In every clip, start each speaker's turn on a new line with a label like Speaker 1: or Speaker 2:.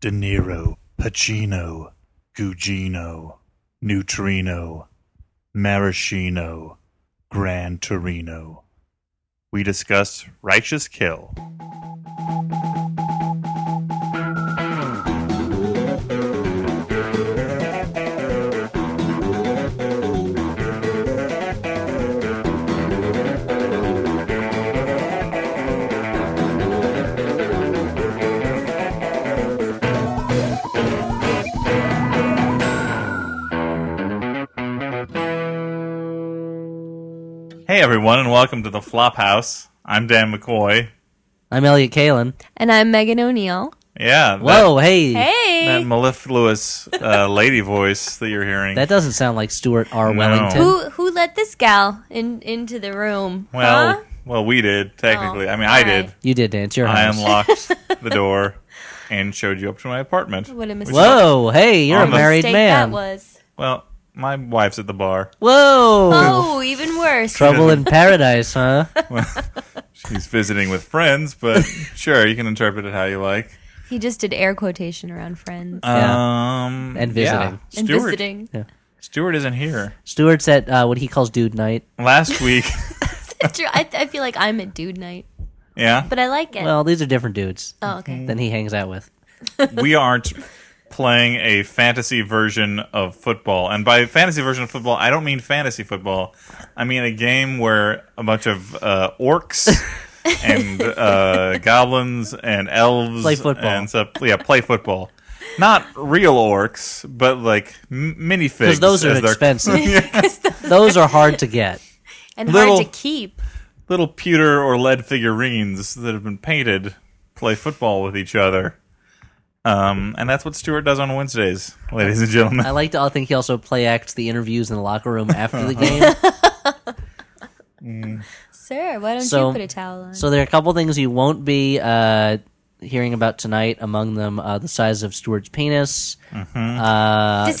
Speaker 1: De Niro, Pacino, Gugino, Neutrino, Maraschino, Gran Torino. We discuss Righteous Kill. Hey everyone, and welcome to the Flop House. I'm Dan McCoy.
Speaker 2: I'm Elliot Kalen.
Speaker 3: And I'm Megan O'Neill.
Speaker 1: Yeah. that-
Speaker 2: Whoa, hey.
Speaker 3: Hey.
Speaker 1: That mellifluous uh, lady voice that you're hearing.
Speaker 2: That doesn't sound like Stuart R.
Speaker 1: No.
Speaker 2: Wellington.
Speaker 3: who who let this gal in into the room?
Speaker 1: well,
Speaker 3: huh?
Speaker 1: well, we did technically.
Speaker 3: Oh,
Speaker 1: I mean, I
Speaker 3: all
Speaker 1: did.
Speaker 3: right.
Speaker 2: You did, Dan. It's your
Speaker 1: I
Speaker 2: house.
Speaker 1: unlocked the door and showed you up to my apartment.
Speaker 3: What a mistake.
Speaker 2: Whoa, hey, you're
Speaker 1: What
Speaker 2: a
Speaker 1: a
Speaker 2: married
Speaker 3: mistake
Speaker 2: man.
Speaker 3: that was.
Speaker 1: Well, my wife's at the bar.
Speaker 2: Whoa.
Speaker 3: Oh, even worse.
Speaker 2: Trouble in paradise, huh?
Speaker 1: She's visiting with friends, but sure, you can interpret it how you like.
Speaker 3: He just did air quotation around friends
Speaker 2: Uh, Yeah.
Speaker 1: Um,
Speaker 2: And
Speaker 1: yeah.
Speaker 2: visiting.
Speaker 3: and
Speaker 1: Stuart,
Speaker 3: visiting.
Speaker 1: Stuart isn't here.
Speaker 2: Stuart's at uh, what he calls dude night.
Speaker 1: Last week,
Speaker 3: I, I feel like I'm at dude night,
Speaker 1: yeah,
Speaker 3: but I like it.
Speaker 2: Well, these are different dudes
Speaker 3: oh, okay.
Speaker 2: than he hangs out with.
Speaker 1: we aren't playing a fantasy version of football. And by fantasy version of football, I don't mean fantasy football. I mean a game where a bunch of uh, orcs and uh, goblins and elves
Speaker 2: Play football.
Speaker 1: and stuff. Yeah, play football. Not real orcs, but like m- minifigs.
Speaker 2: Because those are
Speaker 1: as they're-
Speaker 2: expensive. Those are hard to get. mm-hmm.
Speaker 3: And
Speaker 1: little-
Speaker 3: hard to keep.
Speaker 1: little pewter or lead figurines that have been painted play football with each other. Um, and that's what Stuart does on Wednesdays, ladies and
Speaker 2: I
Speaker 1: gentlemen.
Speaker 2: like to I think he also play acts the interviews in the locker room after the game.
Speaker 3: Sir, why don't
Speaker 2: So-
Speaker 3: you put a towel on?
Speaker 2: So there are a couple things you won't be uh, hearing about tonight. Among them, uh, the size of Stuart's penis. Uh,
Speaker 3: Does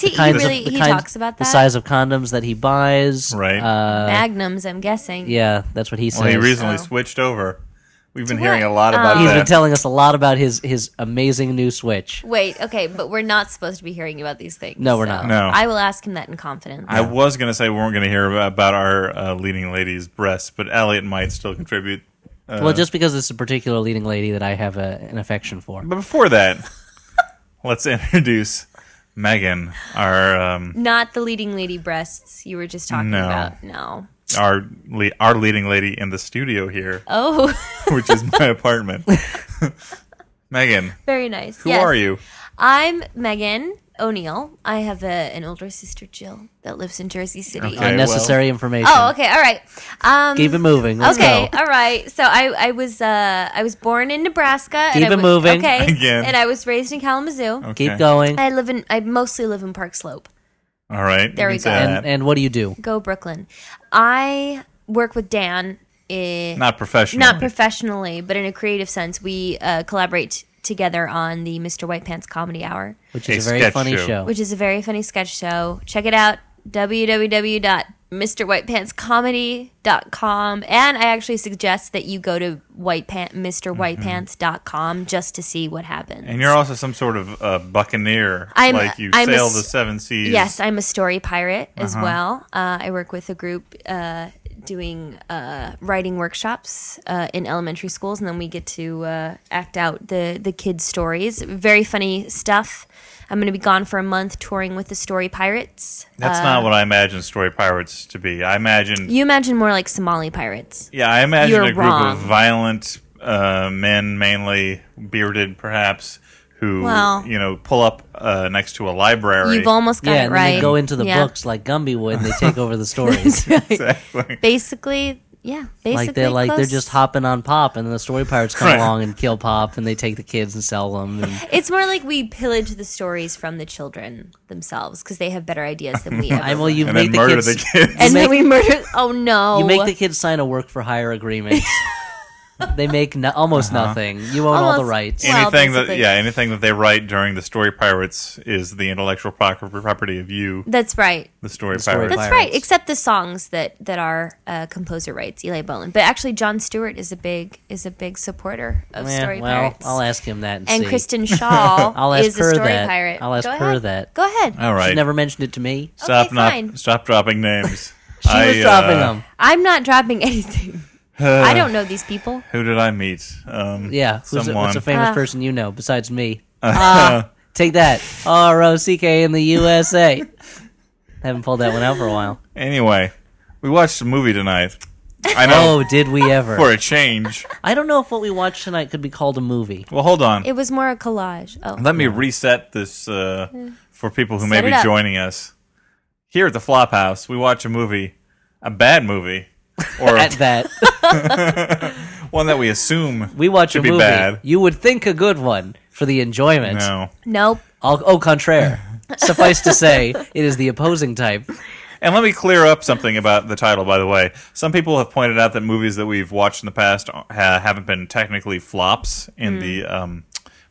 Speaker 2: the
Speaker 3: he- he
Speaker 2: kinds of-
Speaker 3: really-
Speaker 2: the
Speaker 3: he
Speaker 2: kinds-
Speaker 3: talks about
Speaker 2: the
Speaker 3: that?
Speaker 2: size of condoms that he buys.
Speaker 1: Right.
Speaker 2: Uh,
Speaker 3: Magnums, I'm guessing.
Speaker 2: yeah, that's what he says.
Speaker 1: Well, he recently
Speaker 3: so.
Speaker 1: switched over. We've been
Speaker 3: To
Speaker 1: hearing
Speaker 3: what?
Speaker 1: a lot about
Speaker 3: Oh.
Speaker 2: He's
Speaker 1: that.
Speaker 2: been telling us a lot about his his amazing new Switch.
Speaker 3: Wait, okay, but we're not supposed to be hearing about these things.
Speaker 2: No, we're
Speaker 3: so
Speaker 2: not.
Speaker 1: No.
Speaker 3: I will ask him that in confidence.
Speaker 1: I was going to say we weren't going to hear about, about our uh, leading lady's breasts, but Elliot might still contribute. Uh,
Speaker 2: well, just because it's a particular leading lady that I have a, an affection for.
Speaker 1: but before that, let's introduce Megan, our um,
Speaker 3: Not the leading lady breasts you were just talking
Speaker 1: No.
Speaker 3: about. No.
Speaker 1: our le- our leading lady in the studio here,
Speaker 2: Uh.
Speaker 3: Oh,
Speaker 1: which is my apartment. Megan,
Speaker 3: very nice.
Speaker 1: who
Speaker 3: Yes.
Speaker 1: are you?
Speaker 3: I'm Megan O'Neill. I have a, an older sister, Jill, that lives in Jersey City.
Speaker 1: Okay.
Speaker 2: Unnecessary information.
Speaker 3: Oh, okay. All right. Um,
Speaker 2: Keep it moving. Let's
Speaker 3: okay.
Speaker 2: go.
Speaker 3: All right. So I, I was uh, I was born in Nebraska.
Speaker 2: Keep
Speaker 3: and I
Speaker 2: it
Speaker 3: wa-
Speaker 2: moving.
Speaker 3: Okay.
Speaker 1: Again.
Speaker 3: And I was raised in Kalamazoo.
Speaker 1: Okay.
Speaker 2: Keep going.
Speaker 3: I live in. I mostly live in Park Slope.
Speaker 1: All right.
Speaker 3: There
Speaker 1: you
Speaker 3: we
Speaker 1: can
Speaker 3: go.
Speaker 1: say
Speaker 2: And,
Speaker 1: that.
Speaker 2: and what do you do?
Speaker 3: Go Brooklyn. I work with Dan. In,
Speaker 1: not professional.
Speaker 3: not professionally, but in a creative sense, we uh, collaborate t- together on the Mr. White Pants Comedy Hour,
Speaker 2: Which
Speaker 1: A
Speaker 2: is a, very
Speaker 1: sketch
Speaker 2: funny
Speaker 1: show.
Speaker 2: show.
Speaker 3: which is a very funny sketch show. Check it out www.mrwhitepantscomedy.com and I actually suggest that you go to white pan- mrwhitepants.com just to see what happens.
Speaker 1: Mm-hmm. And you're also some sort of uh, buccaneer.
Speaker 3: I'm-
Speaker 1: like you
Speaker 3: I'm a
Speaker 1: sail
Speaker 3: s-
Speaker 1: the seven seas.
Speaker 3: Yes, I'm a story pirate as well. Uh, I work with a group uh, doing uh, writing workshops uh, in elementary schools, and then we get to uh, act out the the kids' stories. Very funny stuff. I'm going to be gone for a month touring with the Story Pirates.
Speaker 1: That's not what I imagine story pirates to be. I imagine.
Speaker 3: uh, You imagine more like Somali pirates.
Speaker 1: yeah, I imagine
Speaker 3: you're
Speaker 1: a group
Speaker 3: wrong.
Speaker 1: of violent uh, men, mainly bearded, perhaps, who
Speaker 3: Well-
Speaker 1: you know pull up uh, next to a library.
Speaker 3: You've almost got
Speaker 2: yeah,
Speaker 3: it
Speaker 2: and
Speaker 3: right.
Speaker 2: then they go into the
Speaker 3: Yeah.
Speaker 2: books like Gumby would, and they take over the stories.
Speaker 1: exactly.
Speaker 3: Basically, yeah. Basically,
Speaker 2: like they're like they're
Speaker 3: close-
Speaker 2: just hopping on Pop, and then the story pirates come
Speaker 1: Right.
Speaker 2: along and kill Pop, and they take the kids and sell them. And
Speaker 3: It's more like we pillage the stories from the children themselves because they have better ideas than we.
Speaker 2: I
Speaker 3: Ever
Speaker 2: well, you
Speaker 1: And
Speaker 2: make
Speaker 1: then
Speaker 2: the
Speaker 1: murder
Speaker 2: kids
Speaker 1: the kids.
Speaker 2: You
Speaker 3: and then we murder. Oh no!
Speaker 2: you make the kids sign a work for hire agreement. they make no- almost
Speaker 1: Uh-huh.
Speaker 2: nothing. You own all the
Speaker 3: Almost.
Speaker 2: rights.
Speaker 3: Yeah. Well,
Speaker 1: anything that
Speaker 3: basically-
Speaker 1: yeah, anything that they write during the story pirates is the intellectual pro- property of you,
Speaker 3: That's right.
Speaker 1: the story
Speaker 2: story
Speaker 1: pirates.
Speaker 3: That's
Speaker 2: Pirates.
Speaker 3: right, except the songs that that our uh, composer writes, Eli Bolin. But actually, John Stewart is a big is a big supporter of
Speaker 2: Yeah,
Speaker 3: story
Speaker 2: well,
Speaker 3: pirates.
Speaker 2: I'll ask him that and,
Speaker 3: and
Speaker 2: see.
Speaker 3: Kristen Shaw
Speaker 2: I'll ask
Speaker 3: is
Speaker 2: her
Speaker 3: a story
Speaker 2: that.
Speaker 3: pirate.
Speaker 2: I'll ask
Speaker 3: Go
Speaker 2: her
Speaker 3: ahead.
Speaker 2: that.
Speaker 3: Go ahead.
Speaker 1: All
Speaker 2: She
Speaker 1: right,
Speaker 2: never mentioned it to me.
Speaker 1: stop
Speaker 3: Okay,
Speaker 1: not
Speaker 3: fine.
Speaker 1: stop dropping names. uh,
Speaker 2: She was dropping them.
Speaker 3: I'm not dropping anything. I don't know these people.
Speaker 1: Who did I meet? Um,
Speaker 2: Yeah, who's a,
Speaker 1: someone. Uh.
Speaker 2: what's a famous
Speaker 3: Ah.
Speaker 2: person you know besides me? Ah, take that. R O C K in the USA. Haven't pulled that one out for a while.
Speaker 1: anyway, we watched a movie tonight. I know
Speaker 2: Oh, did we ever?
Speaker 1: for a change.
Speaker 2: I don't know if what we watched tonight could be called a movie.
Speaker 1: Well, hold on.
Speaker 3: It was more a collage. Oh,
Speaker 1: Let me reset this uh, for people who may
Speaker 3: Set it
Speaker 1: be
Speaker 3: up.
Speaker 1: joining us. Here at the Flop House, we watch a movie, a bad movie, or
Speaker 2: At that,
Speaker 1: one that we assume
Speaker 2: we watch
Speaker 1: to
Speaker 2: a
Speaker 1: be
Speaker 2: movie.
Speaker 1: bad.
Speaker 2: You would think a good one for the enjoyment.
Speaker 1: No,
Speaker 3: nope.
Speaker 2: Au, au contraire. Suffice to say, it is the opposing type.
Speaker 1: and let me clear up something about the title. By the way, some people have pointed out that movies that we've watched in the past ha- haven't been technically flops in the um,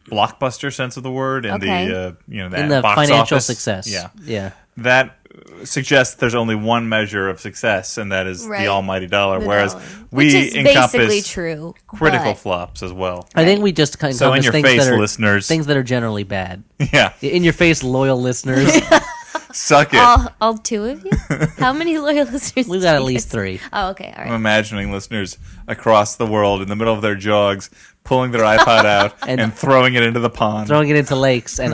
Speaker 1: blockbuster sense of the word, in
Speaker 3: Hmm. Okay.
Speaker 1: the uh, you know
Speaker 2: In
Speaker 1: that
Speaker 2: the
Speaker 1: box
Speaker 2: financial
Speaker 1: office.
Speaker 2: success.
Speaker 1: Yeah,
Speaker 2: Yeah.
Speaker 1: that suggests there's only one measure of success, and that is
Speaker 3: Right.
Speaker 1: the almighty dollar.
Speaker 3: The
Speaker 1: whereas
Speaker 3: dollar.
Speaker 1: we
Speaker 3: Which is
Speaker 1: encompass
Speaker 3: basically true.
Speaker 1: critical
Speaker 3: but-
Speaker 1: flops as well.
Speaker 2: I think we just kind of
Speaker 1: So in your
Speaker 2: things
Speaker 1: face,
Speaker 2: that are
Speaker 1: listeners.
Speaker 2: things that are generally bad.
Speaker 1: Yeah,
Speaker 2: In your face, loyal listeners.
Speaker 1: suck it.
Speaker 3: all, all two of you? How many loyal listeners?
Speaker 2: We've got
Speaker 3: do
Speaker 2: at
Speaker 3: you
Speaker 2: least
Speaker 3: guys-
Speaker 2: three.
Speaker 3: Oh, okay. All
Speaker 1: I'm
Speaker 3: right.
Speaker 1: imagining listeners across the world in the middle of their jogs, pulling their iPod out and, throwing it into the pond.
Speaker 2: throwing it into lakes and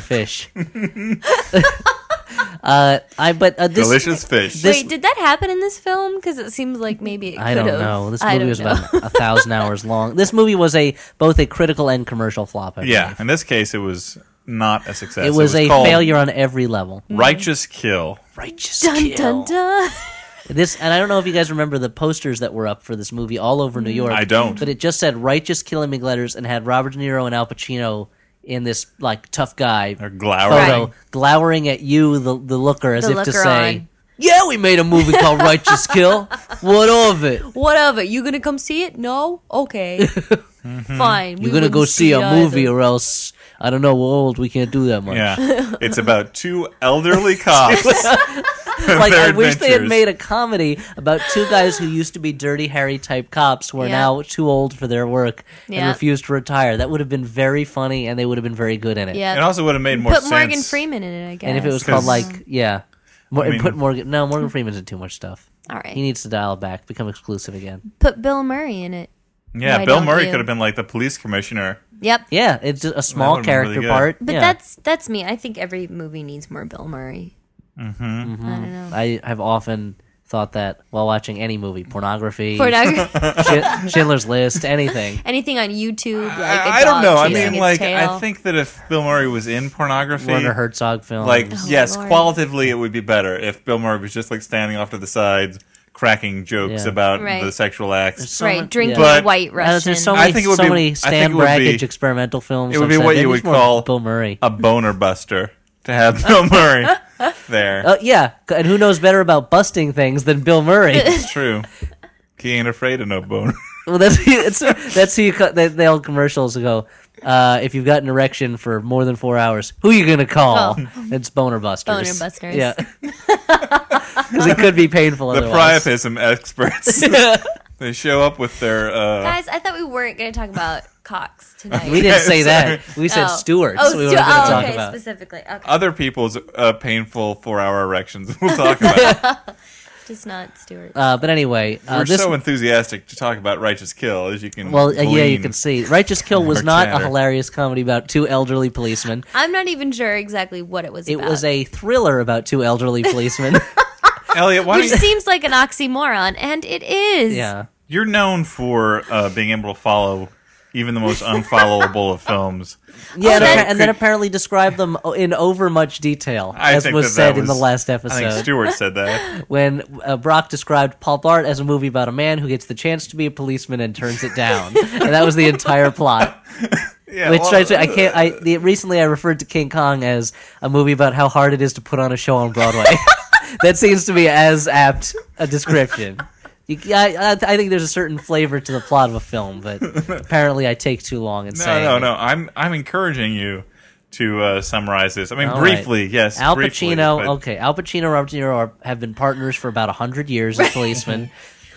Speaker 2: fish. uh, I but uh, this
Speaker 1: Delicious fish.
Speaker 2: this-
Speaker 3: Wait, did that happen in this film? Because it seems like maybe it
Speaker 2: I don't
Speaker 3: could've.
Speaker 2: know. This
Speaker 3: I
Speaker 2: movie
Speaker 3: don't
Speaker 2: was
Speaker 3: know.
Speaker 2: about a thousand hours long. This movie was a both a critical and commercial flop. I
Speaker 1: yeah,
Speaker 2: believe.
Speaker 1: in this case, it was not a success.
Speaker 2: it was, a
Speaker 1: called
Speaker 2: failure on every level.
Speaker 1: Righteous kill.
Speaker 2: Righteous
Speaker 3: Dun dun dun.
Speaker 2: This and I don't know if you guys remember the posters that were up for this movie all over
Speaker 3: Mm.
Speaker 2: New York.
Speaker 1: I don't.
Speaker 2: but it just said "Righteous Kill" in big letters and had Robert De Niro and Al Pacino in this like tough guy
Speaker 1: Or glowering.
Speaker 2: photo, glowering at you, the the looker, as
Speaker 3: The
Speaker 2: if to
Speaker 3: looker
Speaker 2: say,
Speaker 3: on.
Speaker 2: "Yeah, we made a movie called Righteous Kill. What of it?
Speaker 3: What of it? You gonna come see it? No. Okay.
Speaker 1: Mm-hmm.
Speaker 3: Fine.
Speaker 2: You're gonna go see a movie, or else I don't know. We're old. We can't do that much.
Speaker 1: Yeah, it's about two elderly cops.
Speaker 2: like I
Speaker 1: Their
Speaker 2: wish they had
Speaker 1: adventures.
Speaker 2: made a comedy about two guys who used to be dirty Harry type cops who are
Speaker 3: Yeah.
Speaker 2: now too old for their work and
Speaker 3: Yeah.
Speaker 2: refuse to retire. That would have been very funny, and they would have been very good in it.
Speaker 1: It
Speaker 3: Yeah.
Speaker 1: also would have made more
Speaker 3: Put
Speaker 1: sense.
Speaker 3: Morgan Freeman in it. I guess.
Speaker 2: And if it was called
Speaker 1: 'Cause-
Speaker 2: like yeah, Mor-
Speaker 1: mean-
Speaker 2: put Morgan no Morgan Freeman's in too much stuff.
Speaker 3: Mm-hmm. all right,
Speaker 2: He needs to dial it back, become exclusive again.
Speaker 3: put Bill Murray in it.
Speaker 1: Yeah,
Speaker 3: Why
Speaker 1: Bill
Speaker 3: don't
Speaker 1: Murray
Speaker 3: you?
Speaker 1: could have been like the police commissioner.
Speaker 3: Yep.
Speaker 2: Yeah, it's just a small
Speaker 1: would've been really
Speaker 2: character
Speaker 1: good.
Speaker 2: part.
Speaker 3: But
Speaker 2: yeah.
Speaker 3: that's that's me. I think every movie needs more Bill Murray. Mm-hmm. I don't know.
Speaker 2: I have often thought that while watching any movie, pornography,
Speaker 3: Pornography.
Speaker 2: Schi- Schindler's List, anything.
Speaker 3: Anything on YouTube? Like a
Speaker 1: I, I don't
Speaker 3: dog
Speaker 1: know. I
Speaker 3: chasing
Speaker 1: mean,
Speaker 3: its
Speaker 1: like, I
Speaker 3: tail.
Speaker 1: think that if Bill Murray was in pornography,
Speaker 2: Werner Herzog films.
Speaker 1: Like, yes,
Speaker 3: Oh, Lord.
Speaker 1: qualitatively it would be better if Bill Murray was just like standing off to the side, cracking jokes
Speaker 2: Yeah.
Speaker 1: about
Speaker 3: Right.
Speaker 1: the sexual acts.
Speaker 2: so
Speaker 3: right,
Speaker 2: much-
Speaker 3: drinking
Speaker 1: But-
Speaker 3: White
Speaker 2: Uh,
Speaker 3: Russian.
Speaker 2: there's so
Speaker 1: I
Speaker 2: many,
Speaker 1: think it would
Speaker 2: so
Speaker 1: be-
Speaker 2: many
Speaker 1: I
Speaker 2: Stan
Speaker 1: think it would be-
Speaker 2: Braggage experimental films.
Speaker 1: it would
Speaker 2: I'm
Speaker 1: be
Speaker 2: saying.
Speaker 1: what
Speaker 2: They
Speaker 1: you
Speaker 2: need
Speaker 1: would
Speaker 2: more
Speaker 1: call-
Speaker 2: Bill Murray.
Speaker 1: A boner buster to have Bill Murray there.
Speaker 2: Uh, yeah, c- and who knows better about busting things than Bill Murray?
Speaker 1: It's true. He ain't afraid of no boner.
Speaker 2: well, that's it's, that's who you call, they, they old commercials go. Uh, if you've got an erection for more than four hours, who you gonna call? It's boner busters.
Speaker 3: Oh. Boner busters.
Speaker 2: Yeah, because it could be painful.
Speaker 1: the
Speaker 2: otherwise.
Speaker 1: priapism experts. they show up with their. Uh,
Speaker 3: Guys, I thought we weren't going to talk about cocks tonight.
Speaker 2: We didn't say
Speaker 1: Yes.
Speaker 2: that. We said
Speaker 3: Oh.
Speaker 2: stewards.
Speaker 3: Oh,
Speaker 2: we
Speaker 3: Stu-
Speaker 2: were going to
Speaker 3: oh,
Speaker 2: talk
Speaker 3: okay,
Speaker 2: about.
Speaker 3: specifically. Okay,
Speaker 1: other people's uh, painful four-hour erections. We'll talk about. it.
Speaker 3: just not Stuart.
Speaker 2: Uh, but anyway, uh,
Speaker 1: We're
Speaker 2: this.
Speaker 1: so enthusiastic to talk about righteous kill, as you can.
Speaker 2: well, uh, yeah, you
Speaker 1: glean.
Speaker 2: can see. Righteous Kill was
Speaker 1: Or
Speaker 2: not a
Speaker 1: chatter.
Speaker 2: hilarious comedy about two elderly policemen.
Speaker 3: I'm not even sure exactly what it was
Speaker 2: It
Speaker 3: about.
Speaker 2: was a thriller about two elderly policemen.
Speaker 1: Elliot, why
Speaker 3: Which
Speaker 1: don't you
Speaker 3: seems like an oxymoron, and it is.
Speaker 2: yeah.
Speaker 1: You're known for uh, being able to follow even the most unfollowable of films.
Speaker 2: Yeah, and,
Speaker 1: that-
Speaker 2: appa- and then apparently described them o- in over much detail,
Speaker 1: I
Speaker 2: as
Speaker 1: think
Speaker 2: was
Speaker 1: that
Speaker 2: said
Speaker 1: that
Speaker 2: in the
Speaker 1: was-
Speaker 2: last
Speaker 1: I think
Speaker 2: episode,
Speaker 1: Stewart said that.
Speaker 2: when uh, Brock described Paul Bart as a movie about a man who gets the chance to be a policeman and turns it down, and that was the entire plot.
Speaker 1: Yeah,
Speaker 2: Which
Speaker 1: well, uh,
Speaker 2: I, I can't. I the, recently I referred to King Kong as a movie about how hard it is to put on a show on Broadway. that seems to be as apt a description. You, I, I I think there's a certain flavor to the plot of a film, but apparently I take too long in
Speaker 1: No,
Speaker 2: saying.
Speaker 1: no,
Speaker 2: it.
Speaker 1: no. I'm I'm encouraging you to uh, summarize this. I mean,
Speaker 2: All right.
Speaker 1: briefly, yes.
Speaker 2: Al
Speaker 1: briefly,
Speaker 2: Pacino.
Speaker 1: but-
Speaker 2: okay, Al Pacino, Robert De Niro are, have been partners for about hundred years as policemen.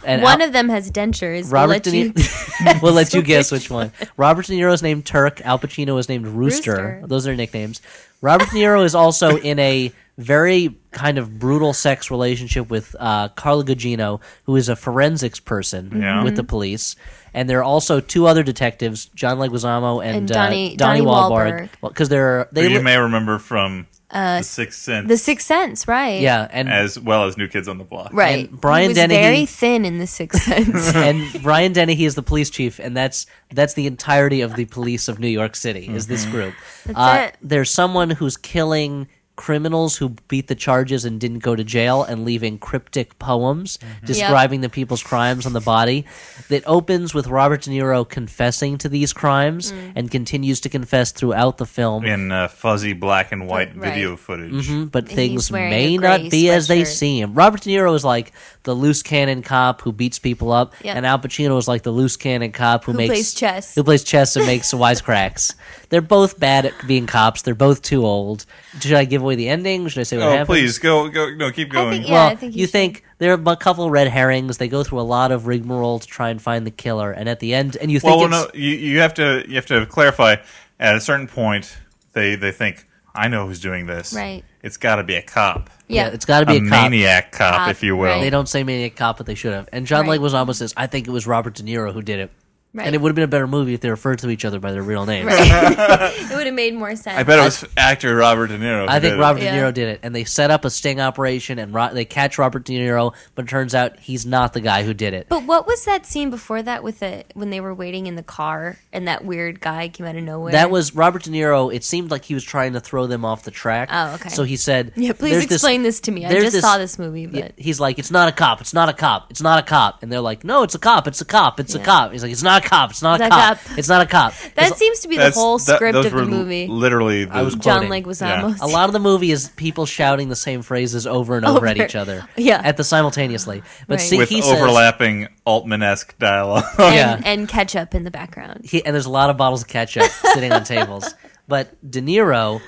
Speaker 2: And
Speaker 3: One
Speaker 2: Al-
Speaker 3: of them has dentures. We'll
Speaker 2: Robert
Speaker 3: let
Speaker 2: De
Speaker 3: you-
Speaker 2: Niro. we'll let you guess which one. Robert De Niro's named Turk. Al Pacino is named Rooster.
Speaker 3: Rooster.
Speaker 2: Those are nicknames. Robert De Niro is also in a very kind of brutal sex relationship with uh, Carla Gugino, who is a forensics person
Speaker 3: Mm-hmm.
Speaker 1: Yeah.
Speaker 2: with the police. And there are also two other detectives, John Leguizamo and,
Speaker 3: And
Speaker 2: uh,
Speaker 3: Donnie-
Speaker 2: Donnie,
Speaker 3: Donnie
Speaker 2: Wahlberg,
Speaker 3: Wahlberg.
Speaker 2: because they're
Speaker 1: who
Speaker 2: they
Speaker 1: you
Speaker 2: li-
Speaker 1: may remember from The Sixth Sense,
Speaker 3: Uh, The Sixth Sense, right?
Speaker 2: yeah, and
Speaker 1: as well as New Kids on the Block.
Speaker 3: Right.
Speaker 2: And Brian
Speaker 3: he was
Speaker 2: Dennehy-
Speaker 3: very thin in The Sixth Sense.
Speaker 2: and Brian Dennehy is the police chief, and that's that's the entirety of the police of New York City is this group. Uh,
Speaker 3: That's it.
Speaker 2: There's someone who's killing criminals who beat the charges and didn't go to jail, and leaving cryptic poems describing the people's crimes on the body. That opens with Robert De Niro confessing to these crimes
Speaker 3: Mm.
Speaker 2: and continues to confess throughout the film.
Speaker 1: In uh, fuzzy black and white
Speaker 3: Right.
Speaker 1: video footage.
Speaker 2: Mhm, but
Speaker 3: He's
Speaker 2: things
Speaker 3: wearing
Speaker 2: may
Speaker 3: a
Speaker 2: not
Speaker 3: gray
Speaker 2: be as they
Speaker 3: sweatshirt.
Speaker 2: seem. Robert De Niro is like the loose cannon cop who beats people up,
Speaker 3: Yep.
Speaker 2: and Al Pacino is like the loose cannon cop who,
Speaker 3: Who
Speaker 2: makes
Speaker 3: plays chess.
Speaker 2: who plays chess and makes wisecracks. They're both bad at being cops. They're both too old. Should I give away the ending? Should I say what
Speaker 1: Oh,
Speaker 2: happened?
Speaker 1: please go go no keep
Speaker 3: I
Speaker 1: going.
Speaker 3: think- Yeah,
Speaker 2: well,
Speaker 3: I think you
Speaker 2: you
Speaker 3: should.
Speaker 2: think there are a couple red herrings. They go through a lot of rigmarole to try and find the killer, and at the end, and you think
Speaker 1: well, well,
Speaker 2: it's,
Speaker 1: no, you, you have to you have to clarify. At a certain point, they they think I know who's doing this.
Speaker 3: Right.
Speaker 1: It's got to be a cop,
Speaker 2: yeah,
Speaker 3: yeah.
Speaker 2: it's got to be
Speaker 1: a,
Speaker 2: a, cop.
Speaker 1: maniac cop,
Speaker 3: Cop,
Speaker 1: if you will.
Speaker 2: They
Speaker 3: right.
Speaker 2: don't say maniac cop, but they should have. And John
Speaker 3: Right.
Speaker 2: Leguizamo says, "I think it was Robert De Niro who did it."
Speaker 3: Right.
Speaker 2: And it would have been a better movie if they referred to each other by their real names.
Speaker 3: it would have made more sense.
Speaker 1: I bet it was actor Robert De Niro.
Speaker 2: I
Speaker 1: who
Speaker 2: think
Speaker 1: did it.
Speaker 2: Robert De
Speaker 3: Yeah.
Speaker 2: Niro did it, and they set up a sting operation, and Ro- they catch Robert De Niro, but it turns out he's not the guy who did it.
Speaker 3: But what was that scene before that with the when they were waiting in the car and that weird guy came out of nowhere?
Speaker 2: That was Robert De Niro. It seemed like he was trying to throw them off the track.
Speaker 3: Oh, okay.
Speaker 2: So he said,
Speaker 3: Yeah, please
Speaker 2: "There's this-
Speaker 3: explain this, to me. I
Speaker 2: there's
Speaker 3: just
Speaker 2: this-
Speaker 3: saw this movie, but
Speaker 2: Yeah, he's like, it's not a cop, it's not a cop, it's not a cop. And they're like, no, it's a cop, it's a cop, it's a
Speaker 3: Yeah.
Speaker 2: cop. He's like, it's not a cop, it's not a
Speaker 3: It's
Speaker 2: cop, it's not a cop.
Speaker 3: that
Speaker 2: It's-
Speaker 3: seems to be the
Speaker 1: That's-
Speaker 3: whole
Speaker 1: that-
Speaker 3: script
Speaker 1: those
Speaker 3: of
Speaker 1: were
Speaker 3: the
Speaker 1: l-
Speaker 3: movie.
Speaker 1: Literally, the,
Speaker 2: I was
Speaker 3: John
Speaker 2: quoting.
Speaker 3: Leguizamo.
Speaker 2: A lot of the movie is people shouting the same phrases over and over, at
Speaker 3: Over.
Speaker 2: each other.
Speaker 3: Yeah.
Speaker 2: At the simultaneously. But
Speaker 3: Right.
Speaker 2: see,
Speaker 1: with
Speaker 2: he says,
Speaker 1: overlapping Altman esque dialogue.
Speaker 3: and,
Speaker 2: yeah.
Speaker 3: and ketchup in
Speaker 1: Oh.
Speaker 3: the background.
Speaker 2: he, and there's a lot of bottles of ketchup sitting on tables. But De Niro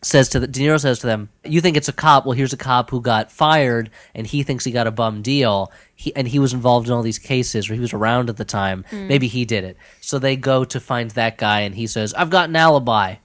Speaker 2: says to the, De Niro says to them, "You think it's a cop? Well, here's a cop who got fired, and he thinks he got a bum deal. He and he was involved in all these cases, or he was around at the time.
Speaker 3: Hmm.
Speaker 2: Maybe he did it. So they go to find that guy, and he says, "I've got an alibi."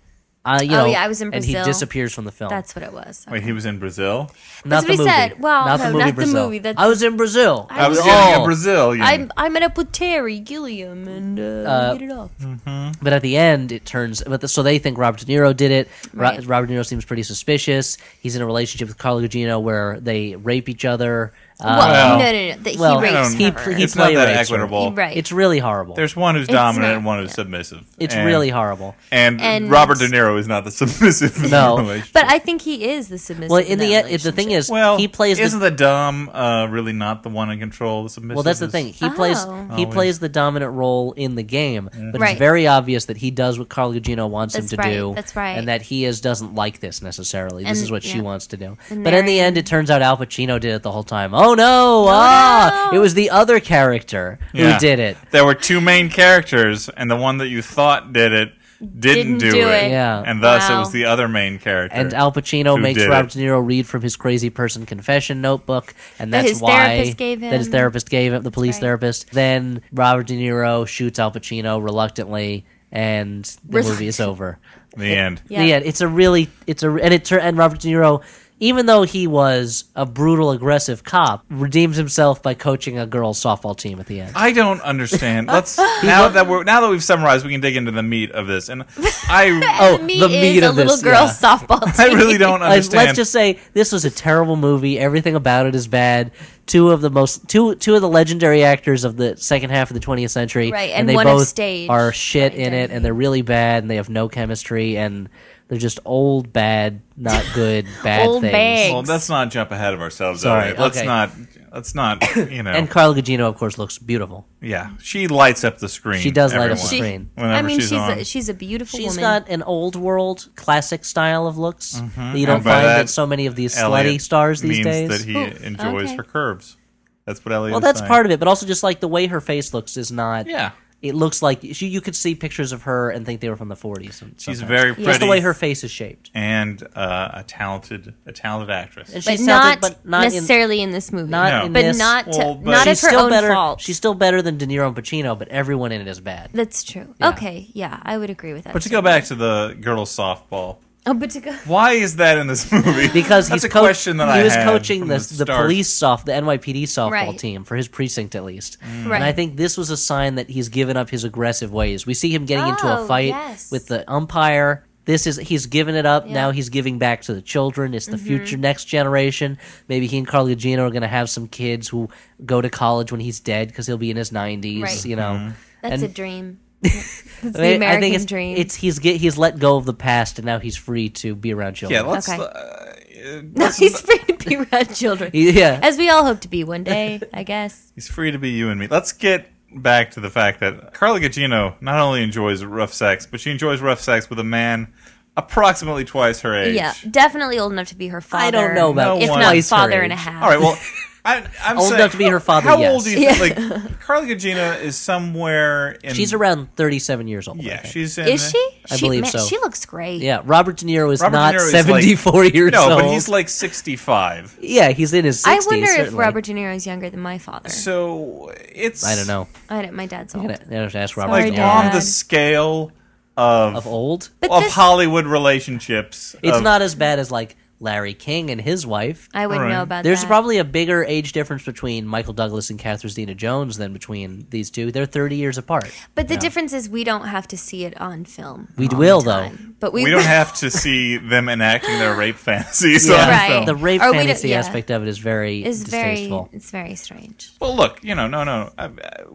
Speaker 2: Uh, you
Speaker 3: Oh,
Speaker 2: know,
Speaker 3: yeah, I was in
Speaker 2: and he
Speaker 3: Brazil.
Speaker 2: disappears from the film.
Speaker 3: That's what it was.
Speaker 1: Wait, he was in Brazil.
Speaker 2: not
Speaker 3: That's what
Speaker 2: the
Speaker 3: he
Speaker 2: movie.
Speaker 3: said. Well,
Speaker 2: not the
Speaker 3: no,
Speaker 2: movie.
Speaker 3: not the
Speaker 2: Brazil.
Speaker 3: movie, that's-
Speaker 2: I was in Brazil.
Speaker 1: I was
Speaker 2: Oh.
Speaker 1: getting a Brazil. you-
Speaker 3: I'm I met up with Terry Gilliam and uh, we hit it off.
Speaker 1: hmm.
Speaker 2: But at the end, it turns. But the, so they think Robert De Niro did it. Ro-
Speaker 3: Right.
Speaker 2: Robert De Niro seems pretty suspicious. He's in a relationship with Carla Gugino where they rape each other. Um,
Speaker 1: Well,
Speaker 3: well, no, no, no. That
Speaker 2: well,
Speaker 3: he
Speaker 2: I
Speaker 3: rapes
Speaker 1: don't-
Speaker 2: he-
Speaker 3: her.
Speaker 2: he-
Speaker 1: it's not that
Speaker 2: playwrights, right?
Speaker 1: equitable.
Speaker 3: Right.
Speaker 2: It's really horrible.
Speaker 1: There's one who's dominant
Speaker 3: not,
Speaker 1: and one who's
Speaker 3: yeah.
Speaker 1: submissive.
Speaker 2: it's
Speaker 1: And-
Speaker 2: really horrible.
Speaker 1: And,
Speaker 3: And-
Speaker 1: Robert De Niro is not the submissive. in
Speaker 2: No.
Speaker 1: the relationship.
Speaker 3: but I think he is the submissive.
Speaker 2: Well, in
Speaker 3: that
Speaker 2: the end, the thing
Speaker 3: relationship.
Speaker 2: is,
Speaker 1: well,
Speaker 2: he plays.
Speaker 1: Isn't
Speaker 2: The,
Speaker 1: the, dumb uh, really not the one in control? The submissive.
Speaker 2: well, that's the
Speaker 1: is-
Speaker 2: thing. He plays.
Speaker 3: Oh.
Speaker 2: He
Speaker 1: Oh,
Speaker 2: plays the dominant role in the game, but it's
Speaker 3: Right.
Speaker 2: very obvious that he does what Carla Gugino wants
Speaker 3: That's
Speaker 2: him to
Speaker 3: right,
Speaker 2: do.
Speaker 3: that's right.
Speaker 2: And that he is doesn't like this necessarily. this
Speaker 3: And-
Speaker 2: is what she
Speaker 3: yeah.
Speaker 2: wants to do.
Speaker 3: And
Speaker 2: but in the
Speaker 3: Marion-
Speaker 2: end, it turns out Al Pacino did it the whole time. Oh no! ah,
Speaker 3: no.
Speaker 2: it was the other character
Speaker 1: Yeah.
Speaker 2: who did it.
Speaker 1: There were two main characters, and the one that you thought did it didn't,
Speaker 3: Didn't do it.
Speaker 2: Yeah.
Speaker 1: And thus, it
Speaker 3: Wow.
Speaker 1: was the other main character.
Speaker 2: And Al Pacino
Speaker 1: Who
Speaker 2: makes
Speaker 1: did
Speaker 2: Robert
Speaker 1: it?
Speaker 2: De Niro read from his crazy person confession notebook, and
Speaker 3: That
Speaker 2: that's
Speaker 3: his
Speaker 2: why
Speaker 3: therapist gave
Speaker 2: that his
Speaker 3: him.
Speaker 2: therapist gave him the police
Speaker 3: right.
Speaker 2: therapist. Then Robert De Niro shoots Al Pacino reluctantly, and the
Speaker 3: Reluct-
Speaker 2: movie is over.
Speaker 1: the end.
Speaker 3: Yeah.
Speaker 2: Yeah, it's a really it's a and it tur- and Robert De Niro, even though he was a brutal, aggressive cop, redeems himself by coaching a girls' softball team at the end.
Speaker 1: I don't understand. Let's now that we're now that we've summarized, we can dig into the meat of this. And I,
Speaker 2: Oh,
Speaker 3: the meat
Speaker 2: the
Speaker 3: is
Speaker 2: meat
Speaker 3: a
Speaker 2: of
Speaker 3: little
Speaker 2: this,
Speaker 3: girl softball
Speaker 1: I
Speaker 3: team.
Speaker 1: really don't
Speaker 2: Like,
Speaker 1: understand.
Speaker 2: let's just say this was a terrible movie. Everything about it is bad. Two of the most two two of the legendary actors of the second half of the 20th century,
Speaker 3: Right,
Speaker 2: and,
Speaker 3: and
Speaker 2: they
Speaker 3: one of
Speaker 2: both
Speaker 3: stage,
Speaker 2: are shit
Speaker 3: Brian
Speaker 2: in it,
Speaker 3: Dennehy.
Speaker 2: and they're really bad, and they have no chemistry, and they're just old, bad, not good, bad
Speaker 3: Old
Speaker 2: things.
Speaker 3: bag.
Speaker 1: well, let's not jump ahead of ourselves.
Speaker 2: Sorry,
Speaker 1: Elliot. let's
Speaker 2: okay.
Speaker 1: not. Let's not. You know.
Speaker 2: And Carla Gugino, of course, looks beautiful.
Speaker 1: yeah, she lights up the screen.
Speaker 2: She does light up the
Speaker 1: everyone,
Speaker 3: She-
Speaker 2: screen.
Speaker 1: Whenever
Speaker 3: I mean,
Speaker 1: she's,
Speaker 3: she's
Speaker 1: on.
Speaker 3: a, she's a beautiful
Speaker 2: She's
Speaker 3: woman.
Speaker 2: got an old world classic style of looks that you
Speaker 1: Mm-hmm.
Speaker 2: don't
Speaker 1: And by
Speaker 2: find
Speaker 1: that,
Speaker 2: in so many of these slutty
Speaker 1: Elliot
Speaker 2: stars
Speaker 1: means
Speaker 2: these days.
Speaker 1: that he
Speaker 3: Ooh,
Speaker 1: enjoys
Speaker 3: okay.
Speaker 1: her curves. That's what Ellie.
Speaker 2: Well, that's part of it, but also just like the way her face looks is not.
Speaker 1: Yeah.
Speaker 2: It looks like she, you could see pictures of her and think they were from the 40s. and
Speaker 1: She's
Speaker 2: sometimes.
Speaker 1: very
Speaker 2: Just the
Speaker 1: pretty.
Speaker 2: way her face is shaped.
Speaker 1: and uh, a talented, a talented actress.
Speaker 2: And
Speaker 3: but
Speaker 2: she's
Speaker 3: not,
Speaker 2: talented, but not in-
Speaker 3: necessarily in, this movie.
Speaker 2: not
Speaker 1: No. in
Speaker 3: but
Speaker 2: this-
Speaker 3: not to-
Speaker 1: Well, but-
Speaker 3: not
Speaker 2: she's
Speaker 3: of her
Speaker 2: still
Speaker 3: own
Speaker 2: better.
Speaker 3: fault.
Speaker 2: She's still better than De Niro and Pacino, but everyone in it is bad.
Speaker 3: That's true. Okay, yeah, I would agree with that.
Speaker 1: But to go back to the girls softball,
Speaker 3: oh, but to go,
Speaker 1: why is that in this movie?
Speaker 2: Because
Speaker 1: that's
Speaker 2: he's
Speaker 1: a
Speaker 2: coach-
Speaker 1: question that
Speaker 2: he
Speaker 1: I
Speaker 2: was
Speaker 1: had
Speaker 2: coaching
Speaker 1: from
Speaker 2: the, the,
Speaker 1: start.
Speaker 2: police soft the NYPD softball
Speaker 3: Right.
Speaker 2: team for his precinct at least,
Speaker 1: Mm.
Speaker 3: Right.
Speaker 2: and I think this was a sign that he's given up his aggressive ways. We see him getting into a
Speaker 3: Oh,
Speaker 2: fight
Speaker 3: yes.
Speaker 2: with the umpire. This is he's given it up
Speaker 3: Yeah. Mm-hmm.
Speaker 2: now. He's giving back to the children. It's the future, next generation. Maybe he and Carly Gugino are going to have some kids who go to college when he's dead because he'll be in his nineties.
Speaker 3: Right.
Speaker 2: You
Speaker 1: Mm-hmm.
Speaker 2: know,
Speaker 3: that's
Speaker 2: And-
Speaker 3: a dream. That's
Speaker 2: I
Speaker 3: the
Speaker 2: mean, I
Speaker 3: American
Speaker 2: think it's,
Speaker 3: dream.
Speaker 2: It's he's get, he's let go of the past and now he's free to be around
Speaker 1: Yeah,
Speaker 2: children.
Speaker 1: let's.
Speaker 3: Okay.
Speaker 1: Uh,
Speaker 3: no,
Speaker 1: let's-
Speaker 3: he's free to be around children,
Speaker 2: Yeah,
Speaker 3: as we all hope to be one day, I guess.
Speaker 1: He's free to be you and me. Let's get back to the fact that Carla Gugino not only enjoys rough sex, but she enjoys rough sex with a man approximately twice her age.
Speaker 3: Yeah, definitely old enough to be her father.
Speaker 2: I don't know about
Speaker 1: No
Speaker 3: if
Speaker 1: one-
Speaker 3: not
Speaker 2: twice her
Speaker 3: father and a
Speaker 2: age.
Speaker 3: half.
Speaker 1: All right. Well, I, I'm
Speaker 2: Old
Speaker 1: saying-
Speaker 2: enough to be her father,
Speaker 1: How
Speaker 2: yes.
Speaker 1: old do you think? Like Carla Gugino is somewhere in.
Speaker 2: she's around thirty-seven years old. I
Speaker 1: Mm. Yeah,
Speaker 2: think.
Speaker 1: she's in.
Speaker 3: is she?
Speaker 2: I
Speaker 3: she,
Speaker 2: believe
Speaker 3: man,
Speaker 2: so.
Speaker 3: She looks great.
Speaker 2: Yeah, Robert De Niro is
Speaker 1: Robert De
Speaker 2: not
Speaker 1: Niro is like-
Speaker 2: seventy-four years
Speaker 1: No,
Speaker 2: old.
Speaker 1: but he's like 65.
Speaker 2: yeah, he's in his. 60s,
Speaker 3: I wonder if
Speaker 2: certainly.
Speaker 3: Robert De Niro is younger than my father.
Speaker 1: So it's.
Speaker 2: I don't know.
Speaker 3: I don't, my dad's
Speaker 2: I'm
Speaker 3: old.
Speaker 2: gonna- I'm gonna ask Robert
Speaker 1: Like
Speaker 2: De
Speaker 3: Sorry,
Speaker 2: Niro
Speaker 1: on the
Speaker 3: Dad.
Speaker 1: scale of
Speaker 2: of old.
Speaker 3: But
Speaker 1: of
Speaker 3: this,
Speaker 1: Hollywood relationships.
Speaker 2: It's
Speaker 1: of-
Speaker 2: not as bad as like Larry King and his wife.
Speaker 3: I wouldn't
Speaker 1: Alright.
Speaker 3: know about
Speaker 2: There's
Speaker 3: that.
Speaker 2: probably a bigger age difference between Michael Douglas and Catherine Zeta-Jones than between these two. They're thirty years apart.
Speaker 3: But the difference is we don't have to see it on film.
Speaker 2: We
Speaker 3: all
Speaker 2: will,
Speaker 3: the
Speaker 2: though.
Speaker 3: time. But we,
Speaker 1: We don't have to see them enacting their rape fantasies on
Speaker 3: Right.
Speaker 1: film.
Speaker 2: The rape
Speaker 3: Or we don't-
Speaker 2: fantasy
Speaker 3: yeah.
Speaker 2: aspect of it is very
Speaker 3: It's very,
Speaker 2: distasteful.
Speaker 3: it's very strange.
Speaker 1: Well, look, you know, no, no, uh,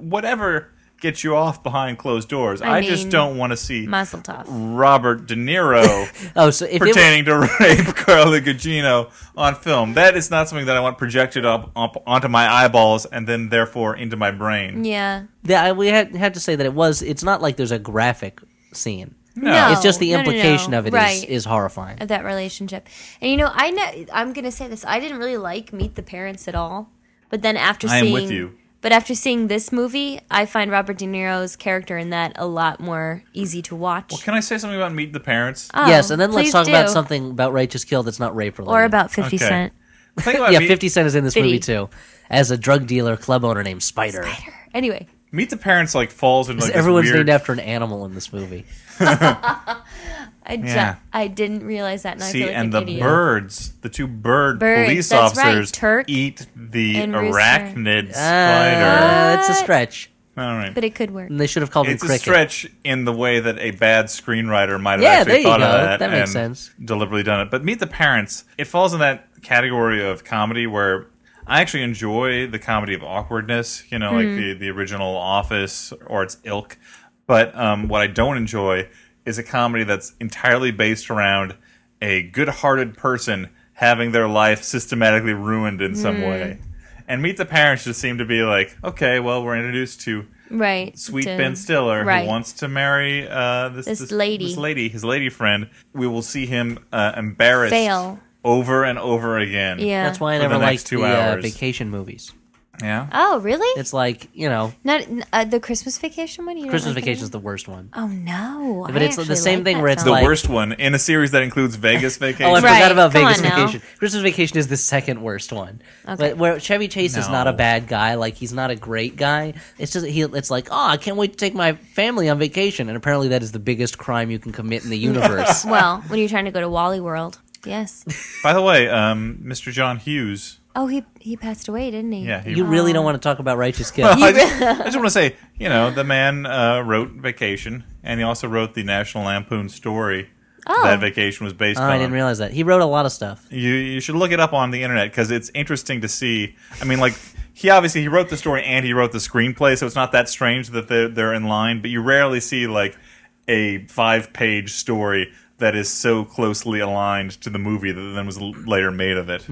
Speaker 1: whatever gets you off behind closed doors. I,
Speaker 3: I
Speaker 1: just
Speaker 3: mean,
Speaker 1: don't want to see
Speaker 3: Mazel tov.
Speaker 1: Robert De Niro
Speaker 2: Oh, so if it were,
Speaker 1: pertaining to rape Carla Gugino on film. That is not something that I want projected up, up onto my eyeballs and then therefore into my brain.
Speaker 3: Yeah.
Speaker 2: yeah, I- we had, had to say that it was. It's not like there's a graphic scene.
Speaker 3: No.
Speaker 2: It's just the
Speaker 3: Oh, no, no, no.
Speaker 2: implication of it is
Speaker 3: Right.
Speaker 2: is horrifying.
Speaker 3: Of that relationship. And you know, I know I'm going to say this. I didn't really like Meet the Parents at all. But then after
Speaker 1: I am
Speaker 3: seeing
Speaker 1: with you.
Speaker 3: But after seeing this movie, I find Robert De Niro's character in that a lot more easy to watch.
Speaker 1: Can I say something about Meet the Parents?
Speaker 3: Oh,
Speaker 2: yes, and then let's
Speaker 3: please
Speaker 2: talk about
Speaker 3: do.
Speaker 2: something about Righteous Kill that's not rape related.
Speaker 3: or about 50
Speaker 1: Okay.
Speaker 3: Cent.
Speaker 1: Think about
Speaker 2: yeah,
Speaker 1: Meet,
Speaker 2: Fifty Cent is in this
Speaker 3: Fifty.
Speaker 2: movie too, as a drug dealer club owner named Spider.
Speaker 3: Anyway,
Speaker 1: Meet the Parents like falls into like Oh, this
Speaker 2: Everyone's
Speaker 1: weird
Speaker 2: named after an animal in this movie.
Speaker 3: I ju-
Speaker 1: Yeah.
Speaker 3: I didn't realize that and I
Speaker 1: See,
Speaker 3: feel like
Speaker 1: and
Speaker 3: an
Speaker 1: the
Speaker 3: idiot.
Speaker 1: birds, the two bird
Speaker 3: Birds,
Speaker 1: police
Speaker 3: that's right,
Speaker 1: officers,
Speaker 3: Turk
Speaker 1: eat the
Speaker 3: and Rooster. Uh,
Speaker 1: arachnid spider.
Speaker 2: Uh, it's a
Speaker 3: What?
Speaker 2: stretch.
Speaker 1: All right.
Speaker 3: But it could work.
Speaker 2: And they should have called
Speaker 1: It's
Speaker 2: him
Speaker 1: a
Speaker 2: Cricket.
Speaker 1: stretch in the way that a bad screenwriter might have
Speaker 2: Yeah,
Speaker 1: actually
Speaker 2: there you
Speaker 1: thought of
Speaker 2: go.
Speaker 1: that,
Speaker 2: That makes
Speaker 1: and
Speaker 2: sense.
Speaker 1: deliberately done it. But Meet the Parents, it falls in that category of comedy where I actually enjoy the comedy of awkwardness, you know, like
Speaker 2: Hmm.
Speaker 1: the, the original Office or its ilk. But um, what I don't enjoy is a comedy that's entirely based around a good hearted person having their life systematically ruined in some
Speaker 2: Hmm.
Speaker 1: way. And Meet the Parents just seem to be like, okay, well, we're introduced to
Speaker 3: right.
Speaker 1: sweet
Speaker 3: to-
Speaker 1: Ben Stiller
Speaker 3: right.
Speaker 1: who wants to marry uh, this,
Speaker 3: This lady.
Speaker 1: this lady, his lady friend. We will see him uh, embarrassed
Speaker 3: Fail.
Speaker 1: over and over again.
Speaker 3: Yeah.
Speaker 2: That's why I
Speaker 1: For the
Speaker 2: never
Speaker 1: next
Speaker 2: liked
Speaker 1: two
Speaker 2: the uh,
Speaker 1: hours.
Speaker 2: vacation movies.
Speaker 1: yeah.
Speaker 3: Oh, really?
Speaker 2: It's like you know,
Speaker 3: Not uh, the Christmas Vacation one. You don't
Speaker 2: Christmas
Speaker 3: like
Speaker 2: Vacation is
Speaker 3: it?
Speaker 2: the worst one.
Speaker 3: Oh no!
Speaker 2: But
Speaker 3: I
Speaker 2: it's the
Speaker 3: actually
Speaker 2: same
Speaker 3: like
Speaker 2: thing
Speaker 3: that
Speaker 2: where it's
Speaker 1: the
Speaker 3: film.
Speaker 2: like-
Speaker 1: worst one in a series that includes Vegas Vacation.
Speaker 2: Oh, I
Speaker 3: Right,
Speaker 2: forgot about
Speaker 3: come
Speaker 2: Vegas
Speaker 3: on now.
Speaker 2: Vacation. Christmas Vacation is the second worst one.
Speaker 3: Okay.
Speaker 2: But where Chevy Chase is
Speaker 1: No.
Speaker 2: not a bad guy, like he's not a great guy. It's just he. It's like, oh, I can't wait to take my family on vacation, and apparently that is the biggest crime you can commit in the universe.
Speaker 3: well, when you're trying to go to Wally World. Yes.
Speaker 1: By the way, um, Mr. John Hughes.
Speaker 3: Oh, he he passed away, didn't he?
Speaker 1: Yeah, he.
Speaker 2: you really don't want to talk about righteous guilt.
Speaker 1: I just, I just want to say, you know, the man uh, wrote Vacation, and he also wrote the National Lampoon story
Speaker 3: Oh.
Speaker 1: that Vacation was based
Speaker 2: Oh,
Speaker 1: on.
Speaker 2: I didn't realize that he wrote a lot of stuff.
Speaker 1: You you should look it up on the internet because it's interesting to see. I mean, like he obviously he wrote the story and he wrote the screenplay, so it's not that strange that they're they're in line. But you rarely see like a five page story that is so closely aligned to the movie that then was l- later made of it.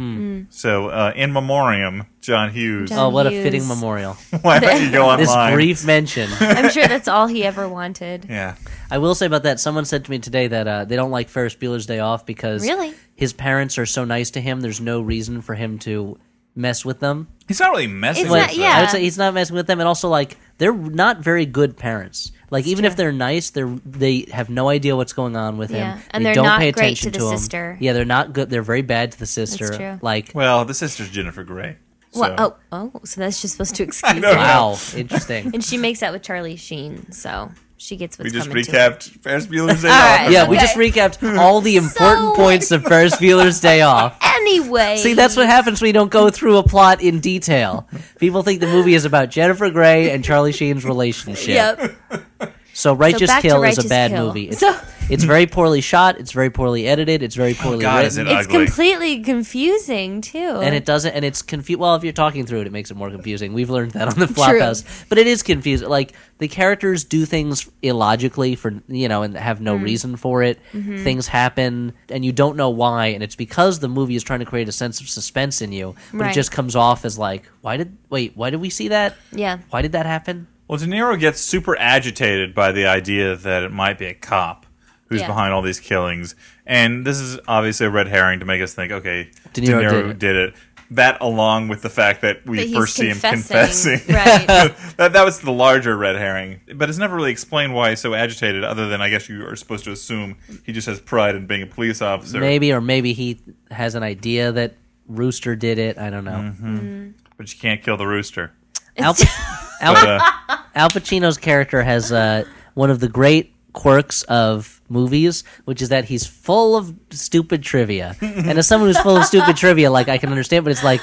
Speaker 1: So uh, in memoriam, John Hughes.
Speaker 3: John-
Speaker 2: Oh, what a
Speaker 3: Hughes.
Speaker 2: fitting memorial.
Speaker 1: Why don't you go
Speaker 2: This
Speaker 1: online?
Speaker 2: brief mention.
Speaker 3: I'm sure that's all he ever wanted.
Speaker 1: yeah.
Speaker 2: I will say about that. Someone said to me today that uh, they don't like Ferris Bueller's Day Off because
Speaker 3: Really?
Speaker 2: his parents are so nice to him. There's no reason for him to mess with them.
Speaker 1: He's not really messing
Speaker 3: It's
Speaker 1: with
Speaker 3: not-
Speaker 1: them.
Speaker 3: yeah.
Speaker 2: I would say he's not messing with them, and also like they're not very good parents. Like even if they're nice, they're they have no idea what's going on with
Speaker 3: Yeah,
Speaker 2: him.
Speaker 3: and
Speaker 2: they
Speaker 3: they're
Speaker 2: don't
Speaker 3: not
Speaker 2: pay
Speaker 3: great
Speaker 2: attention
Speaker 3: to the
Speaker 2: him.
Speaker 3: sister.
Speaker 2: Yeah, they're not good. They're very bad to the sister.
Speaker 3: true.
Speaker 2: Like
Speaker 1: Well, the sister's Jennifer Grey. So.
Speaker 3: Well, oh, oh, so that's just supposed to excuse
Speaker 1: know.
Speaker 3: it.
Speaker 2: wow, interesting.
Speaker 3: And she makes out with Charlie Sheen, so she gets
Speaker 1: We
Speaker 3: what's
Speaker 1: just
Speaker 3: coming to her.
Speaker 1: recapped Ferris Bueller's Day
Speaker 3: All right.
Speaker 1: Off.
Speaker 2: Yeah, we
Speaker 3: Okay.
Speaker 2: just recapped all the important
Speaker 3: So-
Speaker 2: points of Ferris Bueller's Day Off.
Speaker 3: Anyway,
Speaker 2: See, that's what happens when you don't go through a plot in detail. People think the movie is about Jennifer Grey and Charlie Sheen's relationship.
Speaker 3: Yep.
Speaker 2: So Righteous
Speaker 3: back to
Speaker 2: Kill is
Speaker 3: Righteous
Speaker 2: a bad
Speaker 3: Kill.
Speaker 2: movie. It's,
Speaker 3: So-
Speaker 2: it's very poorly shot. It's very poorly edited. It's very poorly
Speaker 1: Oh, God, is
Speaker 2: written.
Speaker 1: it
Speaker 3: It's
Speaker 1: Ugly.
Speaker 3: completely confusing too.
Speaker 2: and it doesn't. And it's confused. Well, if you're talking through it, it makes it more confusing. We've learned that on the Flophouse. But it is confusing. Like the characters do things illogically for you know, and have no reason for it. Things happen, and you don't know why. And it's because the movie is trying to create a sense of suspense in you, but it
Speaker 3: Right.
Speaker 2: just comes off as like, why did wait? Why did we see that?
Speaker 3: yeah,
Speaker 2: Why did that happen?
Speaker 1: Well, De Niro gets super agitated by the idea that it might be a cop who's
Speaker 3: Yeah.
Speaker 1: behind all these killings. And this is obviously a red herring to make us think, okay,
Speaker 2: De
Speaker 1: De
Speaker 2: Niro
Speaker 1: Niro,
Speaker 2: did
Speaker 1: did,
Speaker 2: it.
Speaker 1: it. That, along with the fact that we
Speaker 3: But he's
Speaker 1: first see him confessing,
Speaker 3: right?
Speaker 1: that, that was the larger red herring. But it's never really explained why he's so agitated, other than I guess you are supposed to assume he just has pride in being a police officer.
Speaker 2: Maybe, or maybe he has an idea that Rooster did it. I don't know.
Speaker 1: Mm. But you can't kill the rooster.
Speaker 2: Al, Al,
Speaker 1: But, uh,
Speaker 2: Al Pacino's character has uh, one of the great quirks of movies, which is that he's full of stupid trivia. and as someone who's full of stupid trivia, like I can understand, but it's like.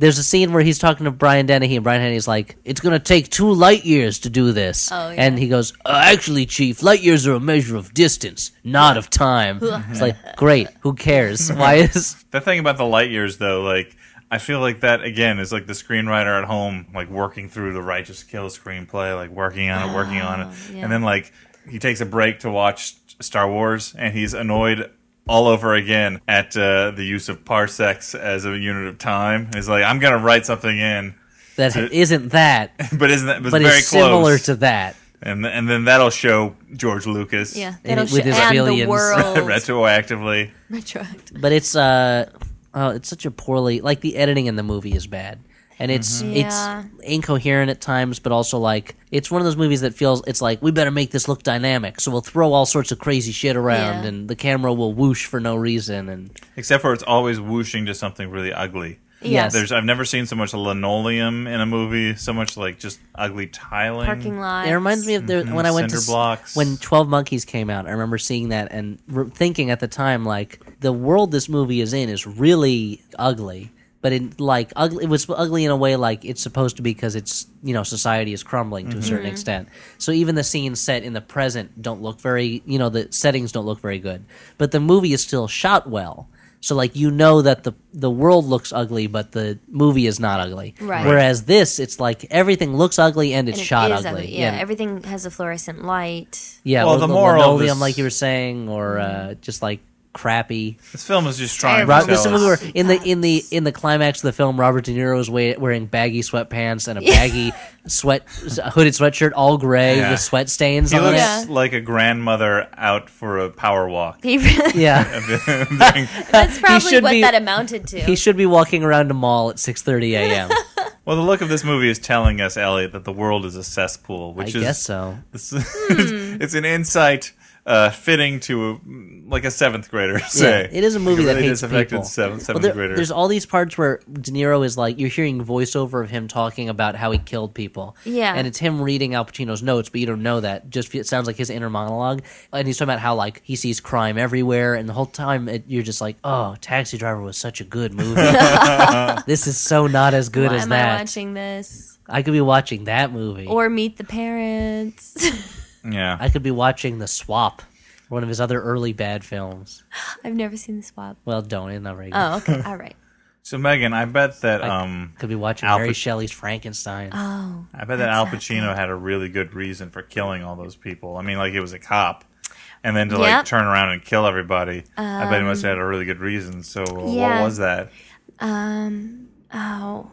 Speaker 2: There's a scene where he's talking to Brian Dennehy, and Brian Dennehy's like, "It's gonna take two light years to do this,"
Speaker 3: Oh, yeah.
Speaker 2: and he goes, uh, "Actually, Chief, light years are a measure of distance, not of time." it's like, great, who cares? Why is
Speaker 1: The thing about the light years, though, like I feel like that again is like the screenwriter at home, like working through the Righteous Kill screenplay, like working on it, working on it,
Speaker 3: Ah, yeah.
Speaker 1: and then like he takes a break to watch Star Wars, and he's annoyed all over again at uh, the use of parsecs as a unit of time. And he's like, I'm gonna write something in,
Speaker 2: that? Isn't that?
Speaker 1: but isn't that but
Speaker 2: But
Speaker 1: very
Speaker 2: it's similar
Speaker 1: close?
Speaker 2: to that.
Speaker 1: and and then that'll show George Lucas,
Speaker 3: yeah,
Speaker 2: And
Speaker 3: that'll
Speaker 2: it- with
Speaker 3: sh-
Speaker 2: his
Speaker 3: and the
Speaker 2: billions.
Speaker 3: world
Speaker 1: retroactively.
Speaker 3: retroact.
Speaker 2: but it's uh oh it's such a poorly like the editing in the movie is bad and it's
Speaker 3: Mm-hmm. Yeah.
Speaker 2: it's incoherent at times but also like it's one of those movies that feels it's like we better make this look dynamic so we'll throw all sorts of crazy shit around
Speaker 3: Yeah.
Speaker 2: and the camera will whoosh for no reason and
Speaker 1: Except for it's always whooshing to something really ugly.
Speaker 3: Yes.
Speaker 1: There's I've never seen so much linoleum in a movie, so much like just ugly tiling.
Speaker 3: Parking lot.
Speaker 2: it reminds me of the, when I went to
Speaker 1: Cinder
Speaker 2: s-
Speaker 1: blocks.
Speaker 2: when Twelve Monkeys came out. I remember seeing that and re- thinking at the time, like the world this movie is in is really ugly. But it like ugly. It was ugly in a way like it's supposed to be because it's you know society is crumbling to a
Speaker 3: Mm-hmm.
Speaker 2: certain extent. So even the scenes set in the present don't look very you know the settings don't look very good. But the movie is still shot well. So like you know that the the world looks ugly, but the movie is not ugly.
Speaker 3: Right.
Speaker 2: Whereas this, it's like everything looks ugly and it's
Speaker 3: And it
Speaker 2: shot
Speaker 3: is
Speaker 2: ugly.
Speaker 3: Yeah, everything has a fluorescent light.
Speaker 2: Yeah,
Speaker 1: Well,
Speaker 2: or
Speaker 1: the moral of
Speaker 2: linoleum,
Speaker 1: this-
Speaker 2: like you were saying, or uh, just like crappy.
Speaker 1: This film is just trying
Speaker 3: Right,
Speaker 1: to
Speaker 2: Rob,
Speaker 1: tell
Speaker 2: this is
Speaker 1: us.
Speaker 2: where in the in the in the climax of the film, Robert De Niro is wa- wearing baggy sweatpants and a baggy sweat hooded sweatshirt, all gray
Speaker 1: Yeah.
Speaker 2: with sweat stains
Speaker 1: he
Speaker 2: on
Speaker 1: looks
Speaker 2: it.
Speaker 3: Yeah.
Speaker 1: like a grandmother out for a power walk.
Speaker 3: He really,
Speaker 2: Yeah,
Speaker 3: that's probably
Speaker 2: should
Speaker 3: what
Speaker 2: be-
Speaker 3: that amounted to.
Speaker 2: he should be walking around a mall at six thirty a.m.
Speaker 1: Well, the look of this movie is telling us, Elliot, that the world is a cesspool,
Speaker 2: I
Speaker 1: which is
Speaker 2: guess so.
Speaker 1: It's, it's an insight uh, fitting to a, like a seventh grader. Say
Speaker 2: it is a movie
Speaker 1: It
Speaker 2: that
Speaker 1: really
Speaker 2: hates
Speaker 1: disaffected
Speaker 2: people.
Speaker 1: Seventh,
Speaker 2: Well,
Speaker 1: seventh
Speaker 2: there-
Speaker 1: grader.
Speaker 2: there's all these parts where De Niro is like, you're hearing voiceover of him talking about how he killed people.
Speaker 3: Yeah.
Speaker 2: And it's him reading Al Pacino's notes, but you don't know that. Just it sounds like his inner monologue. And he's talking about how like he sees crime everywhere, and the whole time it, you're just like, oh, Taxi Driver was such a good movie. this is so not as good
Speaker 3: Why
Speaker 2: as
Speaker 3: am
Speaker 2: that.
Speaker 3: I watching this?
Speaker 2: I could be watching that movie,
Speaker 3: Or Meet the Parents.
Speaker 1: yeah,
Speaker 2: I could be watching The Swap, one of his other early bad films.
Speaker 3: I've never seen the swap.
Speaker 2: Well, don't it's not very good.
Speaker 3: Oh, okay, all right.
Speaker 1: So Megan, I bet that um,
Speaker 2: Could be watching
Speaker 1: Al
Speaker 2: Mary
Speaker 1: Pac-
Speaker 2: Shelley's Frankenstein.
Speaker 3: Oh,
Speaker 1: I bet that Al Pacino had a really good reason for killing all those people. I mean, like he was a cop, and then to
Speaker 3: Yep. Um,
Speaker 1: like turn around and kill everybody. I bet he must have had a really good reason. So uh,
Speaker 3: yeah.
Speaker 1: what was that?
Speaker 3: um, oh,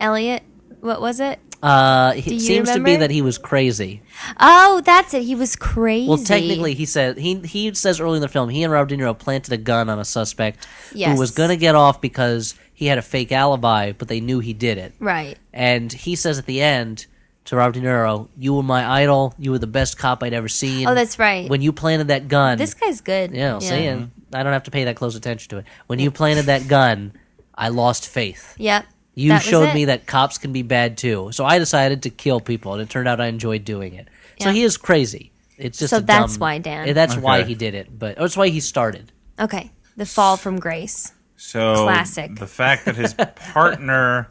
Speaker 3: Elliot, what was it?
Speaker 2: Uh, it
Speaker 3: you
Speaker 2: seems to be
Speaker 3: remember?
Speaker 2: that he was crazy.
Speaker 3: Oh, that's it. He was crazy.
Speaker 2: Well, technically, he said he he says early in the film he and Robert De Niro planted a gun on a suspect who
Speaker 3: Yes.
Speaker 2: was going to get off because he he had a fake alibi, but they knew he did it.
Speaker 3: Right.
Speaker 2: And he says at the end to Robert De Niro, "You were my idol. You were the best cop I'd ever seen.
Speaker 3: Oh, that's right.
Speaker 2: When you planted that gun,
Speaker 3: This guy's good.
Speaker 2: yeah, I'll say it. I don't have to pay that close attention to it. When you planted that gun, I lost faith.
Speaker 3: Yep.
Speaker 2: You
Speaker 3: That was
Speaker 2: showed
Speaker 3: it.
Speaker 2: me that cops can be bad too. So I decided to kill people, and it turned out I enjoyed doing it. So
Speaker 3: Yeah.
Speaker 2: he is crazy. It's just
Speaker 3: So
Speaker 2: a
Speaker 3: that's
Speaker 2: dumb-
Speaker 3: why, Dan.
Speaker 2: Yeah, That's why
Speaker 1: Okay.
Speaker 2: he did it, but oh, that's why he started.
Speaker 3: Okay. The fall from grace.
Speaker 1: So
Speaker 3: Classic.
Speaker 1: The fact that his partner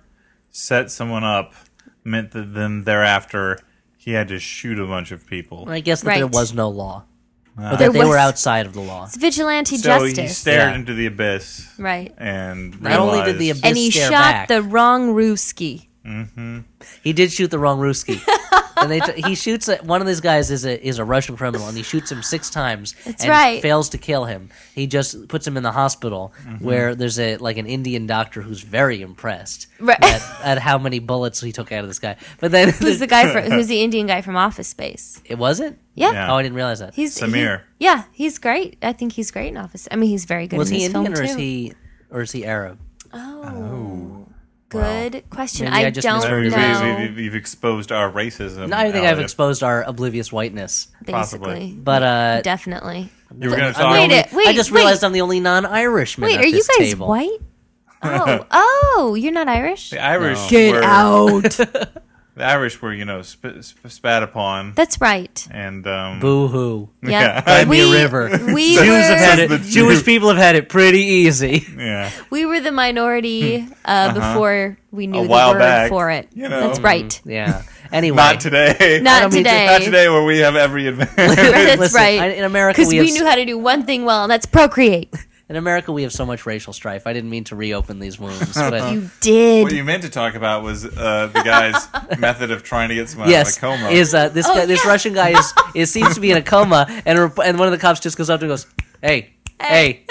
Speaker 1: set someone up meant that then thereafter he had to shoot a bunch of people.
Speaker 2: I guess that
Speaker 3: Right.
Speaker 2: there was no law, or
Speaker 3: There
Speaker 2: that they were
Speaker 3: was-
Speaker 2: outside of the law.
Speaker 3: It's vigilante
Speaker 1: so he
Speaker 3: justice.
Speaker 1: stared
Speaker 2: Yeah.
Speaker 1: into the abyss
Speaker 3: right.
Speaker 1: and
Speaker 2: Not only did the
Speaker 1: realized-
Speaker 2: ab-
Speaker 3: And he
Speaker 2: Just stare
Speaker 3: shot
Speaker 2: back.
Speaker 3: the wrong Ruski.
Speaker 2: He did shoot the wrong Ruski. and they t- he shoots at, one of these guys is a is a Russian criminal, and he shoots him six times.
Speaker 3: That's
Speaker 2: and
Speaker 3: right.
Speaker 2: Fails to kill him. He just puts him in the hospital where there's a like an Indian doctor who's very impressed
Speaker 3: Right.
Speaker 2: at, at how many bullets he took out of this guy. But then
Speaker 3: Who's the guy for, who's the Indian guy from Office Space?
Speaker 2: it wasn't.
Speaker 3: Yeah.
Speaker 1: Yeah.
Speaker 2: Oh, I didn't realize that.
Speaker 3: He's he-
Speaker 1: Samir.
Speaker 3: yeah, he's great. I think he's great in Office. I mean, he's very good
Speaker 2: was
Speaker 3: in
Speaker 2: he
Speaker 3: this
Speaker 2: Indian
Speaker 3: film
Speaker 2: or is
Speaker 3: too.
Speaker 2: he or is he Arab?
Speaker 3: Oh. Good question.
Speaker 2: Maybe
Speaker 3: I,
Speaker 2: I just
Speaker 3: don't
Speaker 1: There we-
Speaker 2: misheard
Speaker 1: we-
Speaker 2: you.
Speaker 3: know.
Speaker 1: we- we- You've exposed our racism.
Speaker 2: No, I think I've
Speaker 1: Elliot.
Speaker 2: exposed our oblivious whiteness.
Speaker 1: possibly.
Speaker 3: Basically.
Speaker 2: But uh,
Speaker 3: Definitely.
Speaker 1: You were going to talk.
Speaker 2: I'm the
Speaker 3: Wait
Speaker 2: only-
Speaker 3: it, wait,
Speaker 2: I just
Speaker 3: wait.
Speaker 2: realized I'm the only non-Irishman.
Speaker 3: Wait,
Speaker 2: at
Speaker 3: are you
Speaker 2: this
Speaker 3: guys
Speaker 2: table.
Speaker 3: white? Oh, oh, you're not Irish?
Speaker 1: The Irish were,
Speaker 3: out.
Speaker 1: The Irish were, you know, sp- sp- spat upon
Speaker 3: That's right.
Speaker 1: and um,
Speaker 2: Boo hoo.
Speaker 3: Yeah.
Speaker 1: Cry
Speaker 2: me a river.
Speaker 3: We
Speaker 1: Jews
Speaker 3: were,
Speaker 1: have
Speaker 2: Had it-
Speaker 1: The
Speaker 2: Jewish
Speaker 1: Jew-
Speaker 2: people have had it pretty easy.
Speaker 1: Yeah,
Speaker 3: we were the minority uh, before we knew
Speaker 1: Hmm. Uh-huh. A
Speaker 3: the
Speaker 1: while
Speaker 3: word
Speaker 1: back,
Speaker 3: for it.
Speaker 1: you know.
Speaker 3: That's right.
Speaker 2: Mm, Yeah. Anyway,
Speaker 1: not today.
Speaker 3: Not
Speaker 2: mean to-
Speaker 3: today.
Speaker 1: Not today, where we have every advantage.
Speaker 3: That's
Speaker 2: Listen,
Speaker 3: right.
Speaker 2: I- in America,
Speaker 3: because
Speaker 2: we
Speaker 3: we,
Speaker 2: have s-
Speaker 3: knew how to do one thing well, and that's procreate.
Speaker 1: Uh-huh.
Speaker 2: in America, we have so much racial strife. I didn't mean to reopen these wounds, but
Speaker 3: You did.
Speaker 1: what you meant to talk about was uh, the guy's method of trying to get someone
Speaker 2: yes,
Speaker 1: out of a coma.
Speaker 2: is uh, this
Speaker 3: Oh,
Speaker 2: guy, this
Speaker 3: yeah.
Speaker 2: Russian guy is, is seems to be in a coma, and rep- and one of the cops just goes up to him and goes, "Hey, hey,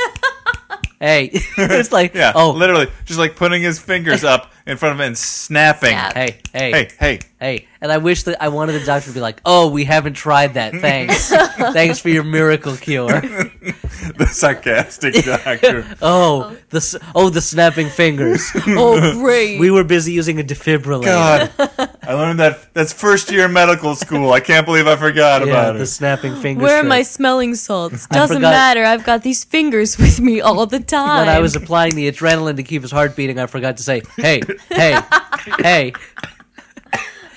Speaker 2: hey!" it's like,
Speaker 1: yeah,
Speaker 2: oh,
Speaker 1: literally, just like putting his fingers up in front of him and snapping.
Speaker 3: Snap.
Speaker 2: hey, hey,
Speaker 1: Hey, hey,
Speaker 2: Hey, and I wish that I wanted the doctor to be like, "Oh, we haven't tried that. Thanks, thanks for your miracle cure."
Speaker 1: the sarcastic doctor.
Speaker 2: Oh, the s- oh the snapping fingers.
Speaker 3: oh, great.
Speaker 2: we were busy using a defibrillator.
Speaker 1: God, I learned that that's first year medical school. I can't believe I forgot
Speaker 2: yeah,
Speaker 1: about
Speaker 2: the
Speaker 1: it.
Speaker 2: snapping fingers.
Speaker 3: Where are
Speaker 2: trick.
Speaker 3: my smelling salts?
Speaker 2: I
Speaker 3: Doesn't
Speaker 2: forgot-
Speaker 3: matter. I've got these fingers with me all the time.
Speaker 2: when I was applying the adrenaline to keep his heart beating, I forgot to say, "Hey, hey, hey."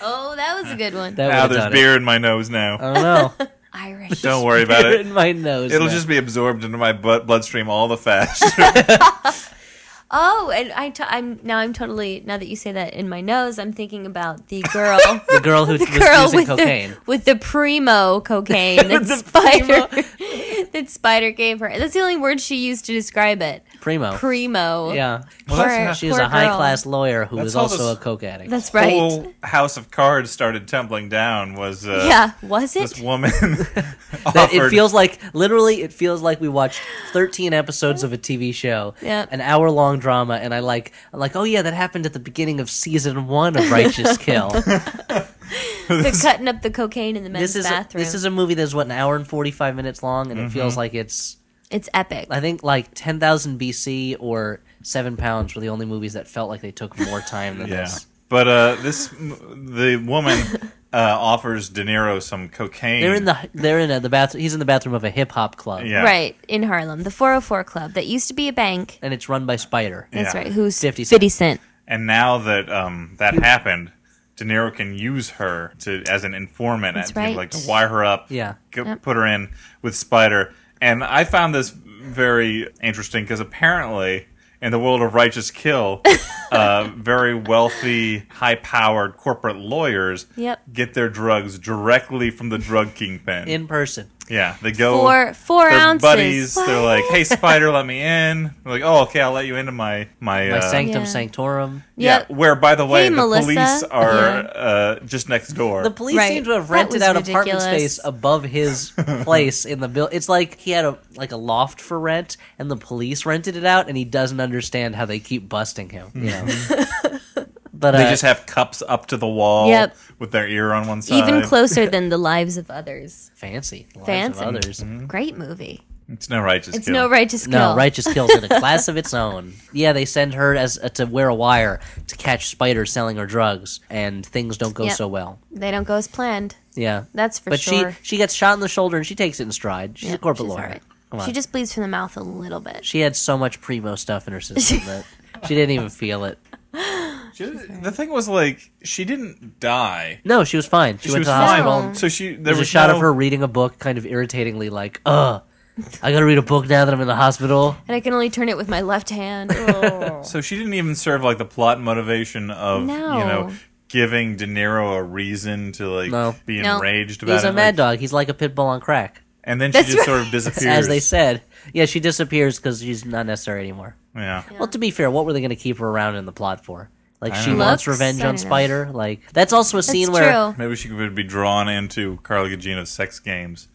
Speaker 3: oh, that was a good one.
Speaker 2: That
Speaker 1: Now
Speaker 2: would've
Speaker 1: there's
Speaker 2: done
Speaker 1: beer in my nose now.
Speaker 2: It. I don't know.
Speaker 3: Irish.
Speaker 1: Don't worry about
Speaker 2: Beer
Speaker 1: it.
Speaker 2: in my nose.
Speaker 1: It'll
Speaker 2: now.
Speaker 1: just be absorbed into my blood bloodstream all the faster.
Speaker 3: Oh, and I t- I'm now I'm totally now that you say that in my nose, I'm thinking about the girl,
Speaker 2: the girl who
Speaker 3: the
Speaker 2: was
Speaker 3: girl
Speaker 2: using
Speaker 3: with
Speaker 2: cocaine.
Speaker 3: the with the primo cocaine that
Speaker 2: the
Speaker 3: spider that spider gave her. That's the only word she used to describe it.
Speaker 2: Primo.
Speaker 3: Primo.
Speaker 2: yeah,
Speaker 1: Well, that's
Speaker 3: Poor-
Speaker 1: not-
Speaker 2: she was
Speaker 3: poor
Speaker 2: a high
Speaker 3: girl.
Speaker 2: class lawyer who was
Speaker 1: all
Speaker 2: also
Speaker 1: this-
Speaker 2: a coke addict.
Speaker 3: That's right.
Speaker 1: Whole house of cards started tumbling down. Was uh,
Speaker 3: yeah, was
Speaker 1: this
Speaker 3: it?
Speaker 1: woman
Speaker 2: That
Speaker 1: offered
Speaker 2: it feels like literally it feels like we watched 13 episodes of a TV show,
Speaker 3: Yeah.
Speaker 2: an hour long drama and I like I'm like oh yeah that happened at the beginning of season 1 of Righteous Kill.
Speaker 3: They're cutting up the cocaine in the men's
Speaker 2: this is a,
Speaker 3: bathroom.
Speaker 2: this is a movie that's what an hour and 45 minutes long and it
Speaker 1: Mm-hmm.
Speaker 2: feels like it's
Speaker 3: it's epic.
Speaker 2: I think like 10,000 BC or 7 pounds were the only movies that felt like they took more time than
Speaker 1: Yeah,
Speaker 2: this.
Speaker 1: but uh, this the woman uh, offers De Niro some cocaine.
Speaker 2: They're in the they're in a, the bathroom he's in the bathroom of a hip hop club
Speaker 1: yeah.
Speaker 3: Right in Harlem, the 404 Club that used to be a bank.
Speaker 2: and it's run by Spider.
Speaker 3: That's
Speaker 1: Yeah.
Speaker 3: right. Who's
Speaker 2: 50
Speaker 3: 50
Speaker 2: Cent.
Speaker 3: Cent? 50 Cent.
Speaker 1: And now that um, that happened, De Niro can use her to as an informant,
Speaker 3: That's
Speaker 1: and,
Speaker 3: right.
Speaker 1: like to wire her up,
Speaker 2: Yeah.
Speaker 1: go-
Speaker 3: Yep.
Speaker 1: put her in with Spider. And I found this very interesting because apparently. In the world of righteous kill, uh, very wealthy, high-powered corporate lawyers
Speaker 3: Yep.
Speaker 1: get their drugs directly from the drug kingpin.
Speaker 2: In person.
Speaker 1: yeah, they go
Speaker 3: Four four
Speaker 1: they're
Speaker 3: ounces.
Speaker 1: buddies.
Speaker 3: What?
Speaker 1: They're like, "Hey, Spider, let me in." They're like, "Oh, okay, I'll let you into my my,
Speaker 2: By
Speaker 1: uh,
Speaker 2: Sanctum
Speaker 3: Yeah.
Speaker 2: Sanctorum.
Speaker 1: yeah."
Speaker 3: Yep.
Speaker 1: Where, by the way,
Speaker 3: Hey,
Speaker 1: the
Speaker 3: Melissa.
Speaker 1: police are
Speaker 3: Yeah.
Speaker 1: uh, just next door.
Speaker 2: The police
Speaker 3: Right.
Speaker 2: seem to have
Speaker 3: That
Speaker 2: rented
Speaker 3: was
Speaker 2: out apartment
Speaker 3: ridiculous.
Speaker 2: space above his place in the bill. It's like he had a like a loft for rent, and the police rented it out, and he doesn't understand how they keep busting him. You know, but uh,
Speaker 1: they just have cups up to the wall
Speaker 3: Yep.
Speaker 1: with their ear on one side.
Speaker 3: even closer than the lives of others.
Speaker 2: fancy, the lives
Speaker 3: Fancy.
Speaker 1: Mm-hmm.
Speaker 2: of others.
Speaker 3: Great movie.
Speaker 1: It's no righteous
Speaker 3: It's
Speaker 1: kill.
Speaker 3: no righteous kill.
Speaker 2: No, righteous kills in a class of its own. Yeah, they send her as uh, to wear a wire to catch spiders selling her drugs, and things don't go
Speaker 3: Yep.
Speaker 2: so well.
Speaker 3: They don't go as planned.
Speaker 2: Yeah,
Speaker 3: That's for
Speaker 2: but
Speaker 3: sure.
Speaker 2: she she gets shot in the shoulder and she takes it in stride. She's
Speaker 3: Yeah,
Speaker 2: a corporate
Speaker 3: she's
Speaker 2: lawyer.
Speaker 3: alright.
Speaker 2: Come on.
Speaker 3: She just bleeds from the mouth a little bit.
Speaker 2: she had so much primo stuff in her system that she didn't even feel it.
Speaker 1: She- the thing was like she didn't die.
Speaker 2: No, she was fine. She,
Speaker 1: She,
Speaker 2: went
Speaker 1: was
Speaker 2: to the
Speaker 1: fine.
Speaker 2: hospital.
Speaker 3: hospital.
Speaker 1: So she there
Speaker 2: There's
Speaker 1: was
Speaker 2: a shot
Speaker 1: no-
Speaker 2: of her reading a book, kind of irritatingly, like, "Ugh, I gotta read a book now that I'm in the hospital."
Speaker 3: And I can only turn it with my left hand.
Speaker 1: So she didn't even serve like the plot motivation of you know
Speaker 3: No.
Speaker 1: giving De Niro a reason to like
Speaker 2: No.
Speaker 1: be
Speaker 3: No.
Speaker 1: enraged about
Speaker 2: He's
Speaker 1: it.
Speaker 2: a mad
Speaker 1: like-
Speaker 2: dog. He's like a pit bull on crack,
Speaker 1: And then she
Speaker 3: That's
Speaker 1: just
Speaker 3: right.
Speaker 1: sort of disappears.
Speaker 2: as they said. Yeah, she disappears because she's not necessary anymore.
Speaker 1: yeah.
Speaker 2: Well, to be fair, what were they going to keep her around in the plot for? Like she
Speaker 1: don't
Speaker 3: know.
Speaker 2: wants
Speaker 3: Looks?
Speaker 2: revenge
Speaker 3: I
Speaker 2: on
Speaker 3: don't know.
Speaker 2: Spider. Like that's also a scene
Speaker 3: That's
Speaker 2: where
Speaker 3: true.
Speaker 1: Maybe she could be drawn into Carla Gugino's sex games.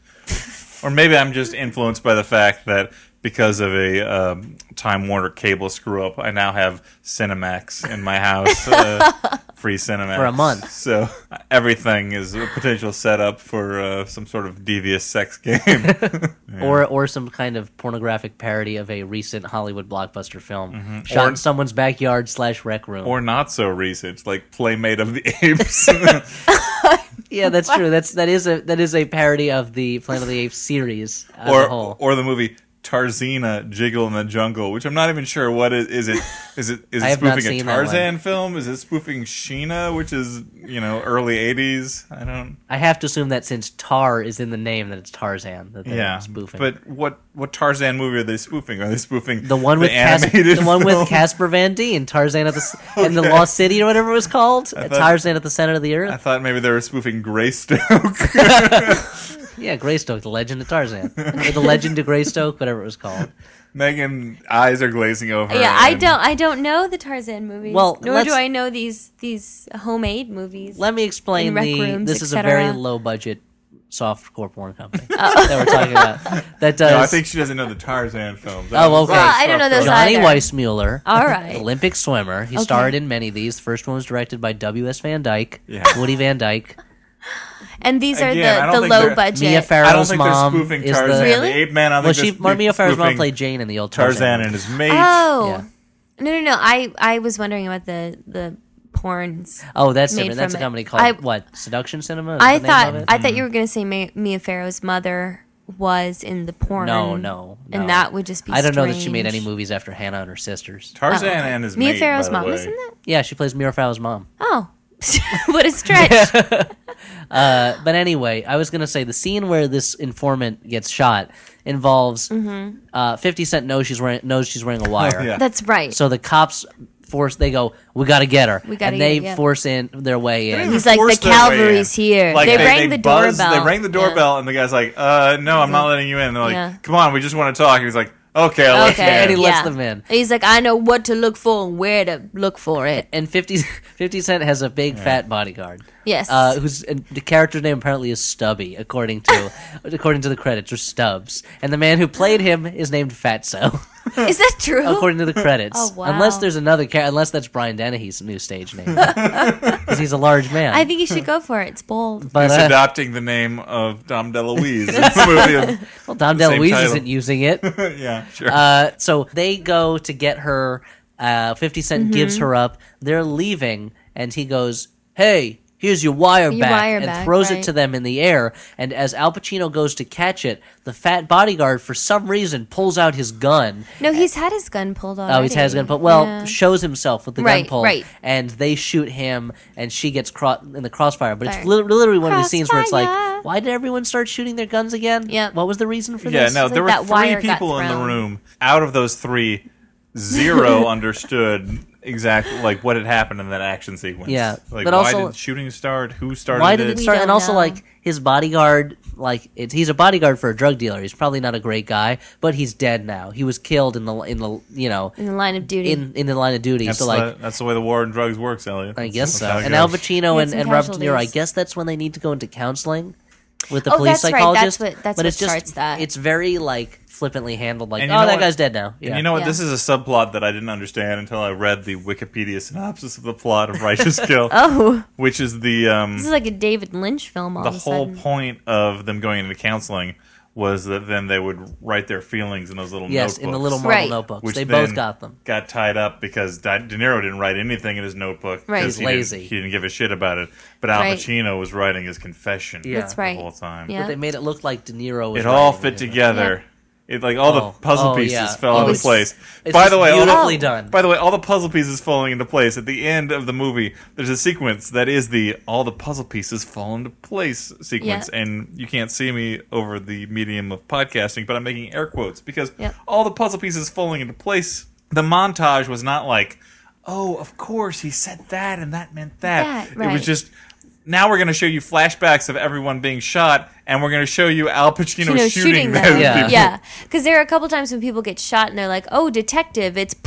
Speaker 1: or maybe I'm just influenced by the fact that because of a um, Time Warner cable screw up, I now have Cinemax in my house. Uh, free Cinemax.
Speaker 2: For a month.
Speaker 1: So everything is a potential setup for uh, some sort of devious sex game.
Speaker 2: or or some kind of pornographic parody of a recent Hollywood blockbuster film shot
Speaker 1: Mm-hmm. Or-
Speaker 2: in someone's backyard slash rec room.
Speaker 1: or not so recent, like Playmate of the Apes.
Speaker 2: yeah, that's true. That's that is a that is a parody of the Planet of the Apes series as
Speaker 1: or
Speaker 2: a whole.
Speaker 1: or the movie Tarzina Jiggle in the Jungle, which I'm not even sure what is. Is it is it is
Speaker 2: I
Speaker 1: it
Speaker 2: have not
Speaker 1: spoofing a
Speaker 2: seen that one.
Speaker 1: Tarzan film? Is it spoofing Sheena, which is you know early '80s? I don't.
Speaker 2: I have to assume that since Tar is in the name, that it's Tarzan that they're
Speaker 1: Yeah,
Speaker 2: spoofing.
Speaker 1: But what what Tarzan movie are they spoofing? Are they spoofing
Speaker 2: the one with Cas-
Speaker 1: animated
Speaker 2: the one
Speaker 1: film?
Speaker 2: with Casper Van D and Tarzan at the s and the
Speaker 1: Okay.
Speaker 2: Lost City or whatever it was called, Uh,
Speaker 1: thought-
Speaker 2: Tarzan at the center of the earth.
Speaker 1: I thought maybe they were spoofing Greystoke.
Speaker 2: Yeah, Greystoke, the legend of Tarzan. or the legend of Greystoke, whatever it was called.
Speaker 1: Megan eyes are glazing over.
Speaker 3: yeah, I
Speaker 1: and-
Speaker 3: don't. I don't know the Tarzan movies.
Speaker 2: Well,
Speaker 3: nor
Speaker 2: let's-
Speaker 3: do I know these these homemade movies.
Speaker 2: Let me explain
Speaker 3: In rec
Speaker 2: the
Speaker 3: rooms,
Speaker 2: this is a
Speaker 3: et cetera. Oh.
Speaker 2: very low budget soft core porn company that we're talking about. That does
Speaker 1: No, I think she doesn't know the Tarzan films.
Speaker 2: Oh, okay.
Speaker 3: Well, I don't know those
Speaker 2: Johnny
Speaker 3: either.
Speaker 2: Weissmuller,
Speaker 3: All right.
Speaker 2: Olympic swimmer. He
Speaker 3: Okay.
Speaker 2: starred in many of these. The first one was directed by W.S. Van Dyke,
Speaker 1: Yeah.
Speaker 2: Woody Van Dyke,
Speaker 3: and these are
Speaker 1: Again, I don't
Speaker 3: the, the
Speaker 1: think
Speaker 3: low
Speaker 1: they're-
Speaker 3: budget.
Speaker 2: Mia
Speaker 1: I don't
Speaker 2: Farrow's
Speaker 1: think
Speaker 2: mom
Speaker 1: they're spoofing
Speaker 2: is
Speaker 1: Tarzan.
Speaker 2: the
Speaker 1: The
Speaker 3: Really?
Speaker 1: ape man. I don't
Speaker 2: well, she
Speaker 1: think they're
Speaker 2: Mia Farrow's mom
Speaker 1: spoofing
Speaker 2: played Jane in the old Tarzan.
Speaker 1: Tarzan and his mate.
Speaker 3: oh
Speaker 2: Yeah.
Speaker 3: no no no! I I was wondering about the the porns.
Speaker 2: oh, that's
Speaker 3: made
Speaker 2: different. That's a
Speaker 3: from it.
Speaker 2: company called
Speaker 3: I-
Speaker 2: what? Seduction Cinema. Is
Speaker 3: I
Speaker 2: the name
Speaker 3: thought
Speaker 2: of it? Mm-hmm.
Speaker 3: I thought you were gonna say Ma- Mia Farrow's mother was in the porn.
Speaker 2: no, no, no.
Speaker 3: and that would just be.
Speaker 2: I don't know that she made
Speaker 3: strange.
Speaker 2: any movies after Hannah and her sisters.
Speaker 1: Tarzan
Speaker 3: Oh, okay.
Speaker 1: and his
Speaker 3: Mia
Speaker 1: mate.
Speaker 3: Farrow's
Speaker 1: by the
Speaker 3: mom,
Speaker 1: way.
Speaker 3: isn't that?
Speaker 2: Yeah, she plays Mira Farrow's mom.
Speaker 3: Oh, what a stretch!
Speaker 2: Uh, but anyway, I was going to say the scene where this informant gets shot involves
Speaker 3: Mm-hmm.
Speaker 2: uh, 50 Cent knows she's wearing knows she's wearing a wire.
Speaker 1: yeah.
Speaker 3: That's right.
Speaker 2: So the cops force they go, "We got to get her."
Speaker 3: We gotta
Speaker 2: and they
Speaker 3: get- yeah.
Speaker 2: force in their way in.
Speaker 3: He's like,
Speaker 1: forced
Speaker 3: "The
Speaker 1: their way in."
Speaker 3: cavalry's here." They rang the
Speaker 1: buzzed-
Speaker 3: doorbell.
Speaker 1: They rang the
Speaker 3: Yeah.
Speaker 1: doorbell, and the guy's like, "Uh, no, I'm not letting you in." They're like,
Speaker 3: Yeah.
Speaker 1: "Come on, we just want to talk." And he's like, "Okay, I'll let you
Speaker 2: Okay. And he
Speaker 1: in."
Speaker 2: lets them in.
Speaker 3: He's like, I know what to look for and where to look for it.
Speaker 2: And 50, 50 Cent has a big fat bodyguard.
Speaker 3: Yes.
Speaker 2: Uh, who's and the character name apparently is Stubby, according to according to the credits, or Stubbs. And the man who played him is named Fatso.
Speaker 3: Is that true?
Speaker 2: according to the credits.
Speaker 3: Oh, wow.
Speaker 2: Unless there's another car- unless that's Brian Dennehy's new stage name. Because he's a large man.
Speaker 3: I think you should go for it. It's bold.
Speaker 2: but,
Speaker 1: He's
Speaker 2: uh,
Speaker 1: adopting the name of Dom DeLuise. It's a movie of,
Speaker 2: well, Dom
Speaker 1: same
Speaker 2: DeLuise
Speaker 1: title.
Speaker 2: isn't using it.
Speaker 1: yeah, sure.
Speaker 2: Uh, so they go to get her. Uh, 50 cents
Speaker 3: Mm-hmm.
Speaker 2: gives her up. They're leaving, and he goes, Hey, here's your wire
Speaker 3: Your
Speaker 2: back.
Speaker 3: wire
Speaker 2: and
Speaker 3: back,
Speaker 2: throws it
Speaker 3: right.
Speaker 2: to them in the air. And as Al Pacino goes to catch it, the fat bodyguard, for some reason, pulls out his gun.
Speaker 3: No, he's had his gun pulled already.
Speaker 2: Oh, he's had his gun pulled. Well,
Speaker 3: Yeah.
Speaker 2: shows himself with the
Speaker 3: Right,
Speaker 2: gun pulled,
Speaker 3: right.
Speaker 2: and they shoot him, and she gets cro- in the crossfire. But it's
Speaker 3: Fire.
Speaker 2: li- literally one of these scenes where it's
Speaker 3: Crossfire.
Speaker 2: like, why did everyone start shooting their guns again?
Speaker 3: Yep.
Speaker 2: What was the reason for
Speaker 1: yeah,
Speaker 2: this?
Speaker 1: no,
Speaker 3: like
Speaker 1: there
Speaker 3: that
Speaker 1: were
Speaker 3: wire
Speaker 1: three
Speaker 3: got
Speaker 1: people in the
Speaker 3: thrown.
Speaker 1: room. Out of those three, zero understood exactly like what had happened in that action sequence.
Speaker 2: Yeah,
Speaker 1: like
Speaker 2: but
Speaker 1: why
Speaker 2: also-
Speaker 1: did shooting start? Who started
Speaker 2: Why did
Speaker 1: it?
Speaker 2: it
Speaker 3: We
Speaker 2: start? And
Speaker 3: don't
Speaker 2: also,
Speaker 3: know.
Speaker 2: like his bodyguard, like it's, he's a bodyguard for a drug dealer. He's probably not a great guy, but he's dead now. He was killed in the in the you know
Speaker 3: in the line of duty.
Speaker 2: in in the line of duty.
Speaker 1: That's,
Speaker 2: so like.
Speaker 1: the, that's the way the war on drugs works, Elliot.
Speaker 2: I guess so.
Speaker 1: That's how it
Speaker 2: And
Speaker 1: goes.
Speaker 2: Al Pacino
Speaker 3: Had
Speaker 2: and,
Speaker 3: some
Speaker 2: and Robert De Niro, I
Speaker 3: casualties.
Speaker 2: guess that's when they need to go into counseling with the
Speaker 3: Oh,
Speaker 2: police
Speaker 3: that's right. That's
Speaker 2: psychologist.
Speaker 3: what-
Speaker 2: but
Speaker 3: that's what
Speaker 2: it's just,
Speaker 3: starts that.
Speaker 2: It's very like flippantly handled, like, oh,
Speaker 1: And you know
Speaker 2: that
Speaker 1: what-
Speaker 2: guy's dead now. Yeah.
Speaker 1: And you know what?
Speaker 3: Yeah.
Speaker 1: This is a subplot that I didn't understand until I read the Wikipedia synopsis of the plot of Righteous Kill,
Speaker 3: oh,
Speaker 1: which is the um,
Speaker 3: this is like a David Lynch film all
Speaker 1: the
Speaker 3: of a
Speaker 1: whole
Speaker 3: sudden.
Speaker 1: point of them going into counseling was that then they would write their feelings in those little
Speaker 2: Yes,
Speaker 1: notebooks.
Speaker 2: in the little marble
Speaker 3: Right.
Speaker 2: notebooks.
Speaker 1: which
Speaker 2: they
Speaker 1: then
Speaker 2: both got them.
Speaker 1: Got tied up because Di- De Niro didn't write anything in his notebook.
Speaker 3: Right.
Speaker 1: 'cause
Speaker 3: He's
Speaker 1: he didn't-
Speaker 2: lazy.
Speaker 1: he didn't give a shit about it. But Al
Speaker 3: Right.
Speaker 1: Pacino was writing his confession.
Speaker 2: Yeah. That's
Speaker 1: the
Speaker 3: right.
Speaker 1: whole time.
Speaker 3: Yeah.
Speaker 2: But they made it look like De Niro was
Speaker 1: It all
Speaker 2: writing
Speaker 1: fit
Speaker 2: it.
Speaker 1: together. It like all
Speaker 2: Oh.
Speaker 1: the puzzle
Speaker 2: Oh,
Speaker 1: pieces
Speaker 2: yeah.
Speaker 1: fell
Speaker 2: It
Speaker 1: into
Speaker 2: was-
Speaker 1: place.
Speaker 2: it's
Speaker 1: by
Speaker 2: just
Speaker 1: the way, all
Speaker 2: beautifully
Speaker 1: the,
Speaker 2: done.
Speaker 1: By the way, all the puzzle pieces falling into place at the end of the movie. There's a sequence that is the all the puzzle pieces fall into place sequence,
Speaker 3: Yeah.
Speaker 1: and you can't see me over the medium of podcasting, but I'm making air quotes because
Speaker 3: Yep.
Speaker 1: all the puzzle pieces falling into place. The montage was not like, oh, of course he said that and that meant that.
Speaker 3: That,
Speaker 1: It was
Speaker 3: right.
Speaker 1: just. Now we're going to show you flashbacks of everyone being shot, and we're going to show you Al Pacino
Speaker 3: you know, shooting, them.
Speaker 1: those
Speaker 2: Yeah.
Speaker 1: people.
Speaker 3: Yeah, because there are a couple times when people get shot and they're like, "Oh, detective, it's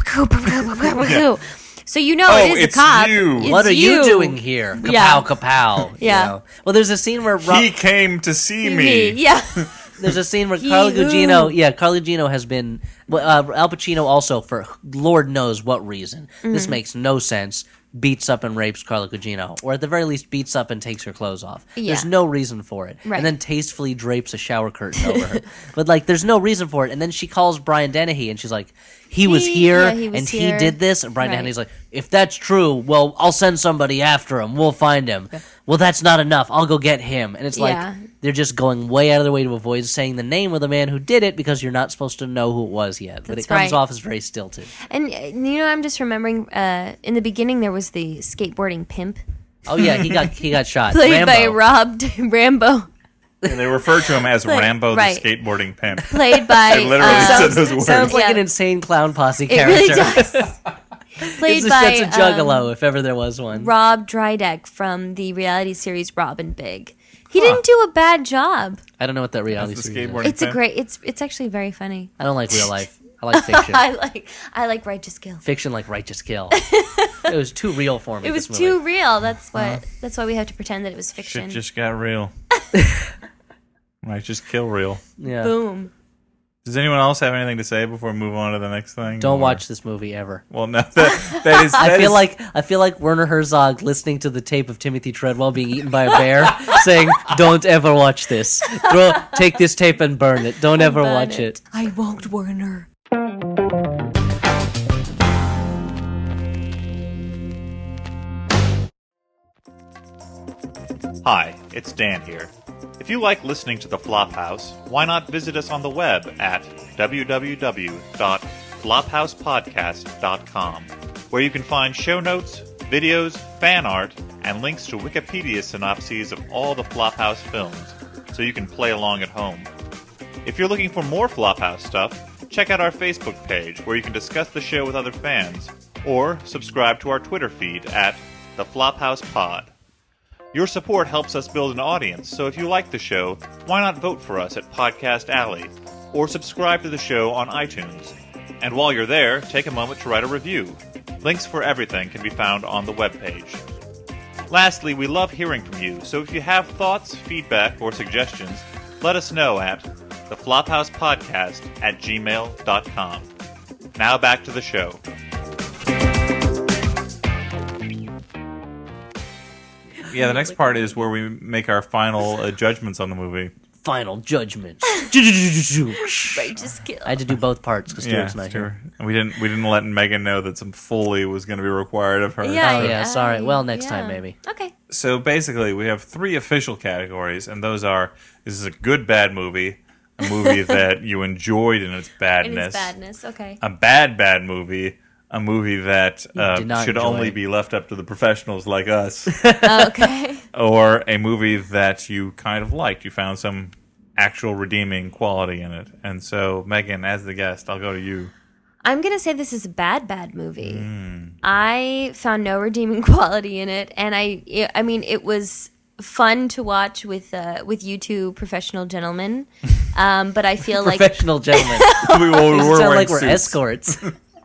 Speaker 3: so you know
Speaker 1: Oh,
Speaker 3: it is
Speaker 1: it's
Speaker 3: a cop.
Speaker 1: you.
Speaker 3: It's
Speaker 2: What are you,
Speaker 3: you.
Speaker 2: doing here? Kapow,
Speaker 3: Yeah.
Speaker 2: kapow. you
Speaker 3: Yeah.
Speaker 2: know? Well, there's a scene where Rob,
Speaker 1: He came to see me.
Speaker 3: Me. Yeah,
Speaker 2: there's a scene where Carlo
Speaker 3: He who-
Speaker 2: Gugino, yeah, Carlo Gugino has been well, uh, Al Pacino also for Lord knows what reason. This
Speaker 3: Mm-hmm.
Speaker 2: makes no sense. Beats up and rapes Carlo Gugino, or at the very least beats up and takes her clothes off. There's
Speaker 3: Yeah.
Speaker 2: no reason for it,
Speaker 3: Right.
Speaker 2: and then tastefully drapes a shower curtain over her. But like, there's no reason for it. And then she calls Brian Dennehy, and she's like, "He was
Speaker 3: He-
Speaker 2: here,
Speaker 3: yeah, he was
Speaker 2: and he
Speaker 3: here."
Speaker 2: did this." And Brian
Speaker 3: Right.
Speaker 2: Dennehy's like, "If that's true, well, I'll send somebody after him. We'll find him. Well, that's not enough. I'll go get him." And it's
Speaker 3: Yeah.
Speaker 2: like they're just going way out of their way to avoid saying the name of the man who did it because you're not supposed to know who it was yet. but it
Speaker 3: That's
Speaker 2: comes
Speaker 3: right.
Speaker 2: off as very stilted.
Speaker 3: and uh, you know, I'm just remembering uh, in the beginning there was the skateboarding pimp
Speaker 2: Oh yeah, he got he got shot.
Speaker 3: played by
Speaker 2: Rambo.
Speaker 3: Rob D- Rambo,
Speaker 1: And they refer to him as
Speaker 3: Like,
Speaker 1: Rambo the
Speaker 3: right.
Speaker 1: skateboarding pimp.
Speaker 3: played by
Speaker 1: They literally
Speaker 3: uh,
Speaker 1: said those words.
Speaker 2: Sounds like
Speaker 3: Yeah.
Speaker 2: an insane clown posse
Speaker 3: it
Speaker 2: character.
Speaker 3: really does. played
Speaker 2: It's a,
Speaker 3: by
Speaker 2: that's a
Speaker 3: um,
Speaker 2: juggalo if ever there was one.
Speaker 3: Rob Dyrdek from the reality series Rob and Big. He didn't do a bad job.
Speaker 2: I don't know what that reality
Speaker 1: That's the
Speaker 2: series
Speaker 1: skateboard-
Speaker 2: is.
Speaker 3: It's a
Speaker 1: Okay.
Speaker 3: great. It's it's actually very funny.
Speaker 2: I don't like real life. I like fiction.
Speaker 3: I like I like righteous guilt.
Speaker 2: fiction like righteous kill. it was too real for me.
Speaker 3: It was
Speaker 2: this movie.
Speaker 3: too real. That's what. That's why we have to pretend that it was fiction.
Speaker 1: Shit just got real. right, just kill real.
Speaker 2: Yeah.
Speaker 3: Boom.
Speaker 1: Does anyone else have anything to say before we move on to the next thing?
Speaker 2: Don't
Speaker 1: Or-
Speaker 2: watch this movie ever.
Speaker 1: Well, no, that, that is.
Speaker 2: I
Speaker 1: that
Speaker 2: feel
Speaker 1: is-
Speaker 2: like I feel like Werner Herzog listening to the tape of Timothy Treadwell being eaten by a bear, saying, "Don't ever watch this. Throw, take this tape and burn it. Don't ever
Speaker 3: burn
Speaker 2: watch it.
Speaker 3: it. I won't, Werner.
Speaker 4: Hi, it's Dan here. If you like listening to The Flophouse, why not visit us on the web at www.flophousepodcast.com, where you can find show notes, videos, fan art, and links to Wikipedia synopses of all the Flophouse films, so you can play along at home. If you're looking for more Flophouse stuff, check out our Facebook page where you can discuss the show with other fans, or subscribe to our Twitter feed at The Flophouse Pod. Your support helps us build an audience, so if you like the show, why not vote for us at Podcast Alley or subscribe to the show on iTunes? And while you're there, take a moment to write a review. Links for everything can be found on the webpage. Lastly, we love hearing from you, so if you have thoughts, feedback, or suggestions, let us know at theflophousepodcast at gmail.com. Now back to the show.
Speaker 1: yeah, the next part is where we make our final uh, judgments on the movie.
Speaker 2: Final judgment."
Speaker 3: Righteous guilt.
Speaker 2: I had to do both parts because
Speaker 1: Yeah,
Speaker 2: Stuart's not
Speaker 1: Stuart.
Speaker 2: here.
Speaker 1: And we didn't we didn't let Megan know that some foley was going to be required of her.
Speaker 3: yeah.
Speaker 2: Oh,
Speaker 3: I-
Speaker 2: yeah, sorry.
Speaker 3: I-
Speaker 2: Well, next time,
Speaker 3: yeah.
Speaker 2: maybe.
Speaker 3: Okay.
Speaker 1: so basically we have three official categories and those are this is a good bad movie a movie that you enjoyed in its
Speaker 3: It
Speaker 1: badness
Speaker 3: is badness. Okay.
Speaker 1: a bad bad movie a movie that
Speaker 2: did not
Speaker 1: uh, should
Speaker 2: enjoy.
Speaker 1: only be left up to the professionals like us
Speaker 3: okay.
Speaker 1: or a movie that you kind of liked you found some actual redeeming quality in it and so megan as the guest i'll go to you
Speaker 3: I'm gonna say this is a bad, bad movie. I found no redeeming quality in it, and I, I mean, it was fun to watch with uh, with you two professional gentlemen. Um, but I feel like
Speaker 2: Professional gentlemen.
Speaker 1: we, well, we
Speaker 2: We
Speaker 1: were
Speaker 2: sound
Speaker 1: wearing
Speaker 2: like we're
Speaker 1: suits.
Speaker 2: escorts.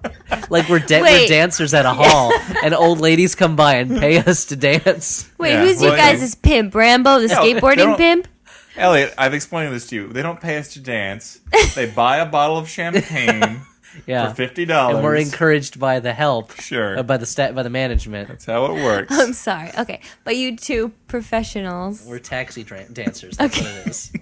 Speaker 2: like we're, da- we're
Speaker 3: Wait.
Speaker 2: dancers at a hall, and old ladies come by and pay us to dance.
Speaker 3: wait,
Speaker 1: Yeah.
Speaker 3: who's
Speaker 1: Well,
Speaker 3: you guys' pimp? Rambo,
Speaker 1: No,
Speaker 3: the
Speaker 1: they don't-
Speaker 3: skateboarding pimp.
Speaker 1: elliot i've explained this to you they don't pay us to dance they buy a bottle of champagne
Speaker 2: Yeah,
Speaker 1: for $50
Speaker 2: and we're encouraged by the help,
Speaker 1: Sure.
Speaker 2: uh, by the stat, by the management.
Speaker 1: That's how it works.
Speaker 2: Um,
Speaker 3: I'm sorry. Okay, but you two professionals.
Speaker 2: We're taxi dra- dancers. That's what it is.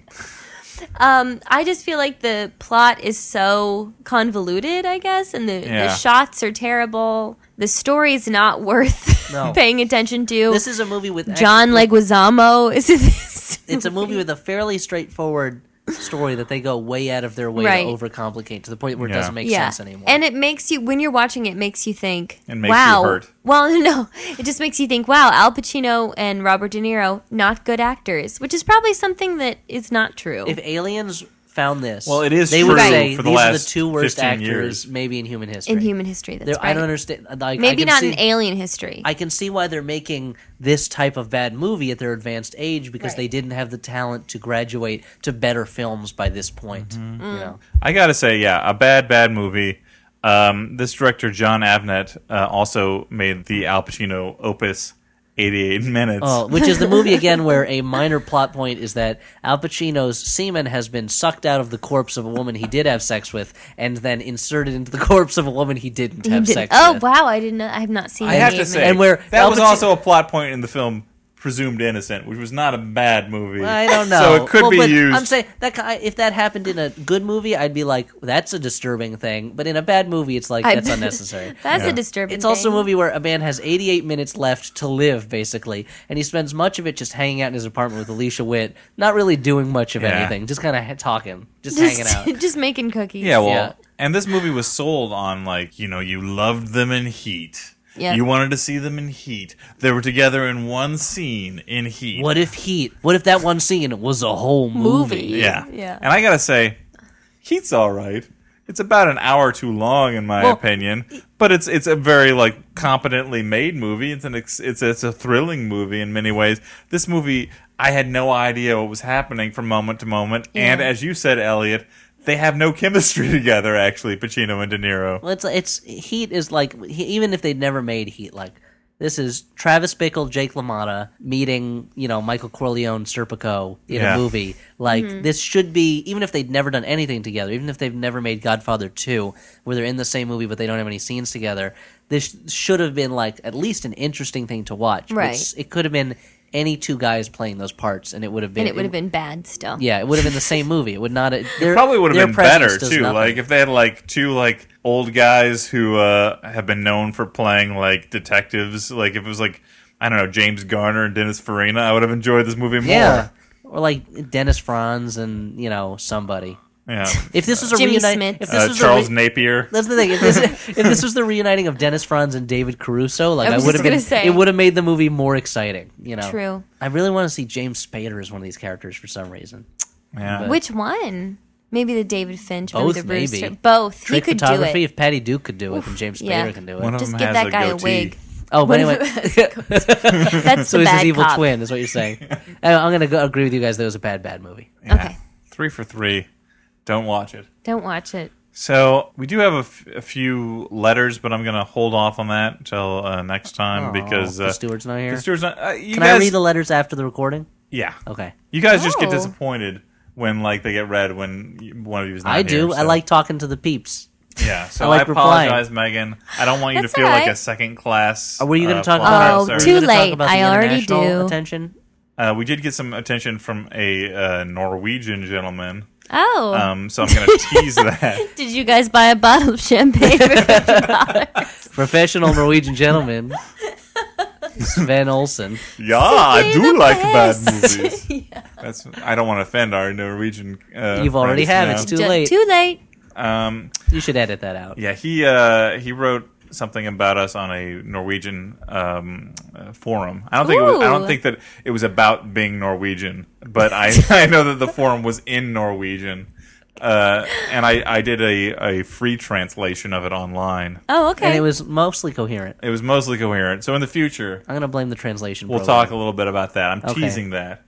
Speaker 3: Um, I just feel like the plot is so convoluted, I guess, and the,
Speaker 1: Yeah.
Speaker 3: the shots are terrible. The story's not worth
Speaker 2: No.
Speaker 3: paying attention to.
Speaker 2: This is a movie with actually-
Speaker 3: John Leguizamo is in this.
Speaker 2: it's a movie with a fairly straightforward story that they go way out of their way
Speaker 3: Right.
Speaker 2: to overcomplicate to the point where it
Speaker 1: Yeah.
Speaker 2: doesn't make
Speaker 3: yeah,
Speaker 2: sense anymore.
Speaker 3: and it makes you when you're watching it it makes you think.
Speaker 1: It makes you
Speaker 3: wow.
Speaker 1: hurt.
Speaker 3: Well, no, it just makes you think. Wow, Al Pacino and Robert De Niro not good actors, which is probably something that is not true.
Speaker 2: if aliens found this,
Speaker 1: Well, it is
Speaker 2: they would
Speaker 1: true
Speaker 2: say
Speaker 1: for the
Speaker 2: these are the
Speaker 1: last
Speaker 2: two worst
Speaker 1: 15
Speaker 2: actors
Speaker 1: years."
Speaker 2: maybe in human history.
Speaker 3: in human history, that's
Speaker 2: There-
Speaker 3: right.
Speaker 2: I don't understand. Like, I
Speaker 3: Maybe
Speaker 2: can
Speaker 3: not
Speaker 2: see-
Speaker 3: in alien history.
Speaker 2: I can see why they're making this type of bad movie at their advanced age because
Speaker 3: Right.
Speaker 2: they didn't have the talent to graduate to better films by this point.
Speaker 1: Mm-hmm.
Speaker 2: You
Speaker 3: Mm.
Speaker 2: know,
Speaker 1: I gotta say, yeah, a bad, bad movie. Um, this director, John Avnet, uh, also made the Al Pacino opus, 88 Minutes.
Speaker 2: oh, which is the movie again where a minor plot point is that Al Pacino's semen has been sucked out of the corpse of a woman he did have sex with, and then inserted into the corpse of a woman he didn't
Speaker 3: You
Speaker 2: have
Speaker 3: did-
Speaker 2: sex
Speaker 3: oh
Speaker 2: with.
Speaker 3: wow, I didn't. know- I have not seen.
Speaker 1: I have
Speaker 3: any
Speaker 1: to
Speaker 3: of
Speaker 1: say,
Speaker 2: And where
Speaker 1: that
Speaker 2: Al
Speaker 1: was
Speaker 2: Paci-
Speaker 1: also a plot point in the film Presumed Innocent, which was not a bad movie.
Speaker 2: I don't know.
Speaker 1: So it could
Speaker 2: Well,
Speaker 1: be
Speaker 2: but
Speaker 1: used.
Speaker 2: I'm saying that ki- if that happened in a good movie, I'd be like, "That's a disturbing thing." But in a bad movie, it's like
Speaker 3: I-
Speaker 2: that's unnecessary.
Speaker 3: That's
Speaker 1: Yeah.
Speaker 3: a disturbing.
Speaker 2: It's also a
Speaker 3: thing.
Speaker 2: movie where a man has 88 minutes left to live, basically, and he spends much of it just hanging out in his apartment with Alicia Witt, not really doing much of
Speaker 1: Yeah.
Speaker 2: anything, just kind of talking, just,
Speaker 3: just,
Speaker 2: hanging out.
Speaker 3: just making cookies.
Speaker 1: yeah, well,
Speaker 2: yeah.
Speaker 1: and this movie was sold on, like, you know, you loved them in heat.
Speaker 3: Yeah.
Speaker 1: You wanted to see them in heat. They were together in one scene in heat.
Speaker 2: What if Heat? What if that one scene was a whole movie?
Speaker 3: Movie.
Speaker 1: Yeah.
Speaker 3: Yeah.
Speaker 1: And I gotta say, Heat's all right. It's about an hour too long, in my
Speaker 2: Well,
Speaker 1: opinion. But it's it's a very like competently made movie. It's an ex- it's it's a thrilling movie in many ways. This movie, I had no idea what was happening from moment to moment. And
Speaker 3: Yeah.
Speaker 1: as you said, Elliot, they have no chemistry together. Actually, Pacino and De Niro.
Speaker 2: Well, it's it's Heat is like he, even if they'd never made Heat, like this is Travis Bickle, Jake LaMotta meeting you know Michael Corleone, Serpico in
Speaker 1: Yeah.
Speaker 2: a movie. Like
Speaker 3: Mm-hmm.
Speaker 2: this should be even if they'd never done anything together, even if they've never made Godfather Two, where they're in the same movie but they don't have any scenes together. This should have been like at least an interesting thing to watch.
Speaker 3: Right.
Speaker 2: It's- it could have been any two guys playing those parts, and it would have been
Speaker 3: and it would have been bad still.
Speaker 2: yeah, it would have been the same movie. It would not. It
Speaker 1: Probably would have been better too. Like if they had like two like old guys who uh, have been known for playing like detectives. Like if it was like I don't know James Garner and Dennis Farina, I would have enjoyed this movie more.
Speaker 2: Yeah. Or like Dennis Franz and you know somebody.
Speaker 1: Yeah.
Speaker 2: If this was a
Speaker 3: Jimmy
Speaker 2: reuniting,
Speaker 3: Smith.
Speaker 2: if this
Speaker 1: Uh,
Speaker 2: was
Speaker 1: Charles
Speaker 2: a re-
Speaker 1: Napier.
Speaker 2: that's the thing. If this, if this was the reuniting of Dennis Franz and David Caruso, like
Speaker 3: I
Speaker 2: I,
Speaker 3: was
Speaker 2: would
Speaker 3: just
Speaker 2: have been,
Speaker 3: gonna say.
Speaker 2: it would have made the movie more exciting. You know,
Speaker 3: True.
Speaker 2: I really want to see James Spader as one of these characters for some reason.
Speaker 1: Yeah.
Speaker 3: Which one? Maybe the David Finch.
Speaker 2: Both,
Speaker 3: maybe the Brewster.
Speaker 2: maybe.
Speaker 3: Both.
Speaker 2: Trick
Speaker 3: he could do
Speaker 2: photography.
Speaker 3: it.
Speaker 2: If Patty Duke could do it, then James Spader
Speaker 3: yeah.
Speaker 2: can do it.
Speaker 1: One of
Speaker 3: Just
Speaker 1: them
Speaker 3: give
Speaker 1: has
Speaker 3: that
Speaker 1: a
Speaker 3: guy a
Speaker 1: goatee.
Speaker 3: wig.
Speaker 2: oh, but
Speaker 3: One of
Speaker 2: anyway,
Speaker 3: That's
Speaker 2: so
Speaker 3: the
Speaker 2: he's
Speaker 3: bad
Speaker 2: his evil
Speaker 3: cop.
Speaker 2: twin, is what you're saying. I- I'm gonna go agree with you guys. That it was a bad, bad movie.
Speaker 1: Yeah.
Speaker 3: Okay.
Speaker 1: Three for three. Don't watch it.
Speaker 3: Don't watch it.
Speaker 1: So we do have a, f- a few letters, but I'm going to hold off on that until uh, next time
Speaker 2: Aw,
Speaker 1: because uh,
Speaker 2: Oh, the Stewart's not here.
Speaker 1: the Stewart's not. Uh, you
Speaker 2: Can
Speaker 1: guys,
Speaker 2: I read the Oh. letters after the recording?
Speaker 1: Yeah.
Speaker 2: Okay.
Speaker 1: You guys just get
Speaker 3: Oh.
Speaker 1: disappointed when like they get read when you- one of you is not
Speaker 2: I do.
Speaker 1: here,
Speaker 2: I
Speaker 1: so-
Speaker 2: like talking to the peeps.
Speaker 1: Yeah. So I,
Speaker 2: I like replying.
Speaker 1: apologize, Megan. I don't want you to
Speaker 3: That's
Speaker 1: feel
Speaker 3: all
Speaker 1: like
Speaker 3: right.
Speaker 1: a second class.
Speaker 2: Are we going to
Speaker 1: uh,
Speaker 2: talk
Speaker 1: foreign
Speaker 2: about?
Speaker 3: Oh,
Speaker 2: are
Speaker 1: service.
Speaker 2: we
Speaker 3: too
Speaker 2: gonna talk
Speaker 3: late.
Speaker 2: about the
Speaker 3: I already
Speaker 2: international
Speaker 3: do.
Speaker 2: Attention.
Speaker 1: Uh, we did get some attention from a uh, Norwegian gentleman,
Speaker 3: Oh.
Speaker 1: um, so I'm going to tease that.
Speaker 3: Did you guys buy a bottle of champagne for $50?
Speaker 2: Professional Norwegian gentleman. Sven Olsen.
Speaker 1: Yeah, I
Speaker 3: Simply
Speaker 1: do
Speaker 3: the
Speaker 1: like
Speaker 3: best.
Speaker 1: bad movies. That's I don't want to offend our Norwegian. Uh,
Speaker 2: You've already
Speaker 1: friends
Speaker 2: have, it's
Speaker 1: now.
Speaker 2: Too late.
Speaker 3: Too late.
Speaker 1: Um,
Speaker 2: You should edit that out.
Speaker 1: yeah, he uh, he wrote something about us on a Norwegian um, uh, forum. I don't think it was, I don't
Speaker 3: Ooh.
Speaker 1: think that it was about being Norwegian, but I I know that the forum was in Norwegian. Uh, and I, I did a, a free translation of it online.
Speaker 3: Oh, okay.
Speaker 2: And it was mostly coherent.
Speaker 1: It was mostly coherent. So in the future,
Speaker 2: I'm going to blame the translation.
Speaker 1: We'll
Speaker 2: pro
Speaker 1: talk a
Speaker 2: later.
Speaker 1: little bit about that. I'm
Speaker 2: Okay.
Speaker 1: teasing that.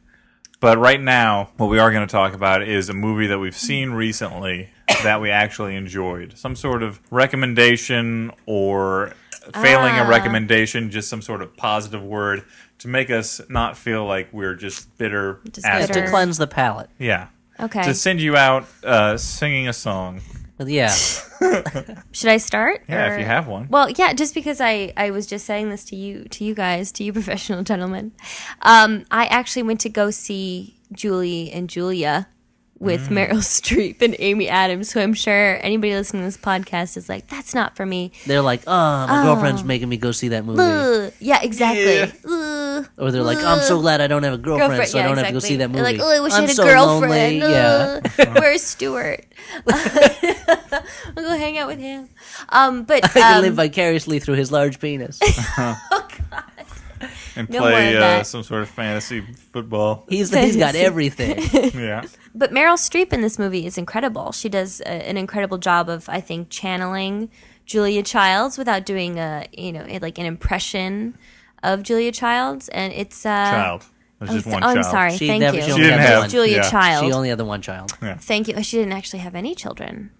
Speaker 1: But right now, what we are going to talk about is a movie that we've seen recently that we actually enjoyed. Some sort of recommendation or failing
Speaker 3: Ah.
Speaker 1: a recommendation, just some sort of positive word to make us not feel like we're just bitter.
Speaker 3: Just
Speaker 1: assholes.
Speaker 3: bitter.
Speaker 2: to cleanse the palate.
Speaker 1: Yeah.
Speaker 3: okay.
Speaker 1: To send you out uh, singing a song.
Speaker 2: But yeah.
Speaker 3: Should I start?
Speaker 1: Yeah,
Speaker 3: or-
Speaker 1: if you have one.
Speaker 3: Well, yeah, just because I, I was just saying this to you to you guys to you professional gentlemen, um, I actually went to go see Julie and Julia with
Speaker 2: Mm.
Speaker 3: Meryl Streep and Amy Adams, who I'm sure anybody listening to this podcast is like, that's not for me.
Speaker 2: They're like, oh, my girlfriend's making me go see that movie.
Speaker 3: Ugh. Yeah, exactly.
Speaker 1: Yeah.
Speaker 3: Ugh.
Speaker 2: Or they're like, I'm so glad I don't have a girlfriend,
Speaker 3: girlfriend.
Speaker 2: so I
Speaker 3: yeah,
Speaker 2: don't
Speaker 3: exactly.
Speaker 2: have to go see that movie.
Speaker 3: They're like, oh, I wish
Speaker 2: I'm
Speaker 3: I had a
Speaker 2: so
Speaker 3: girlfriend.
Speaker 2: Lonely. Yeah.
Speaker 3: Ugh. Where's Stuart? I'll go hang out with him. Um, but
Speaker 2: I can
Speaker 3: um,
Speaker 2: live vicariously through his large penis.
Speaker 1: and
Speaker 3: No more
Speaker 1: play
Speaker 3: of
Speaker 1: uh,
Speaker 3: that.
Speaker 1: some sort of fantasy football.
Speaker 2: He's he's got everything.
Speaker 1: Yeah.
Speaker 3: but Meryl Streep in this movie is incredible. She does a, an incredible job of, I think, channeling Julia Childs without doing a, you know, like an impression of Julia Childs, and it's uh,
Speaker 1: Child. There's just
Speaker 3: I'm,
Speaker 1: one
Speaker 3: so-
Speaker 1: child.
Speaker 3: I'm sorry.
Speaker 2: She
Speaker 3: Thank
Speaker 2: never-
Speaker 3: you.
Speaker 2: she only She didn't had have- one.
Speaker 3: Julia
Speaker 1: yeah.
Speaker 3: Child.
Speaker 2: She only had the one child.
Speaker 3: Thank you. She didn't actually have any children.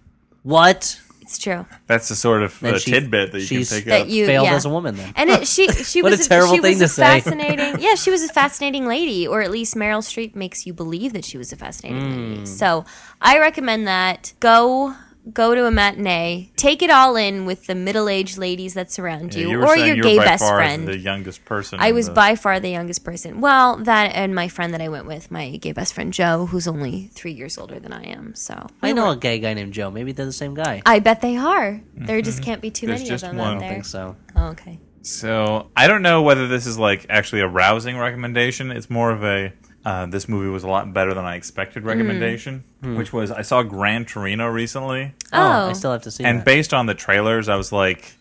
Speaker 2: What?
Speaker 3: It's true.
Speaker 1: That's the sort of
Speaker 2: Then
Speaker 1: uh,
Speaker 2: she-
Speaker 1: tidbit that you can
Speaker 2: she's-
Speaker 1: take
Speaker 3: That
Speaker 1: out.
Speaker 3: you
Speaker 2: Failed
Speaker 3: yeah.
Speaker 2: as a woman then.
Speaker 3: And it, she she
Speaker 2: What a
Speaker 3: was
Speaker 2: terrible
Speaker 3: she
Speaker 2: thing
Speaker 3: was a
Speaker 2: to say.
Speaker 3: fascinating. Yeah, she was a fascinating lady, or at least Meryl Streep makes you believe that she was a fascinating
Speaker 2: Hmm.
Speaker 3: lady. So I recommend that go go to a matinee, take it all in with the middle aged ladies that surround
Speaker 1: Yeah,
Speaker 3: you,
Speaker 1: you were
Speaker 3: or
Speaker 1: saying
Speaker 3: your
Speaker 1: you were
Speaker 3: gay
Speaker 1: by
Speaker 3: best
Speaker 1: far
Speaker 3: friend.
Speaker 1: The uh, youngest person.
Speaker 3: I
Speaker 1: in
Speaker 3: was
Speaker 1: the-
Speaker 3: by far the youngest person. Well, that and my friend that I went with, my gay best friend Joe, who's only three years older than I am. So
Speaker 2: I know a gay guy named Joe. Maybe they're the same guy.
Speaker 3: I bet they are.
Speaker 2: Mm-hmm.
Speaker 3: There just can't be too
Speaker 1: There's
Speaker 3: many
Speaker 1: just
Speaker 3: of them
Speaker 1: one.
Speaker 3: out
Speaker 1: I
Speaker 3: there.
Speaker 2: think so.
Speaker 3: Oh, okay.
Speaker 1: So I don't know whether this is like actually a rousing recommendation. It's more of a uh, this movie was a lot better than I expected
Speaker 3: Hmm.
Speaker 1: recommendation,
Speaker 2: Hmm.
Speaker 1: which was I saw Gran Torino recently,
Speaker 2: Oh, I
Speaker 3: Oh.
Speaker 2: still have to see
Speaker 1: and
Speaker 2: that.
Speaker 1: based on the trailers, I was like,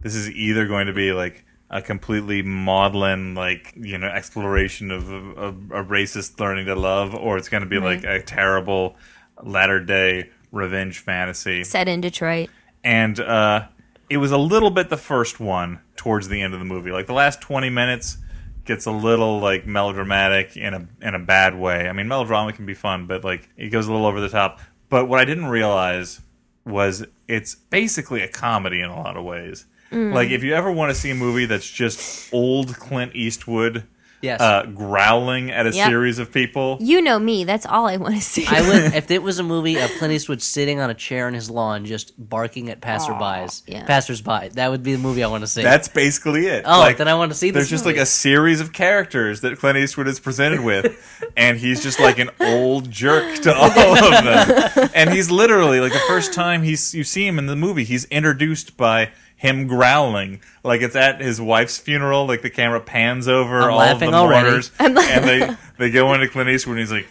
Speaker 1: this is either going to be like a completely maudlin like you know exploration of a, a, a racist learning to love, or it's going to be like a terrible latter day revenge fantasy
Speaker 3: Set in Detroit.
Speaker 1: and uh, it was a little bit the first one towards the end of the movie. Like the last twenty minutes gets a little like melodramatic in a in a bad way. I mean, melodrama can be fun, but like it goes a little over the top. But what I didn't realize was it's basically a comedy in a lot of ways.
Speaker 2: Mm.
Speaker 1: Like if you ever want to see a movie that's just old Clint Eastwood.
Speaker 2: Yes.
Speaker 1: Uh, growling at a
Speaker 3: Yep.
Speaker 1: series of people.
Speaker 3: You know me. That's all I want to see.
Speaker 2: I would if it was a movie of Clint Eastwood sitting on a chair in his lawn just barking at passerbys.
Speaker 3: yeah.
Speaker 2: Passersby. That would be the movie I want to see.
Speaker 1: That's basically it.
Speaker 2: oh,
Speaker 1: Like,
Speaker 2: then I want to see this.
Speaker 1: There's just like
Speaker 2: movie.
Speaker 1: a series of characters that Clint Eastwood is presented with, and he's just like an old jerk to all of them. And he's literally like the first time he's you see him in the movie, he's introduced by him growling like it's at his wife's funeral. Like the camera pans over all of the
Speaker 2: laughing already.
Speaker 1: mourners, and they they go into Clint Eastwood, and he's like.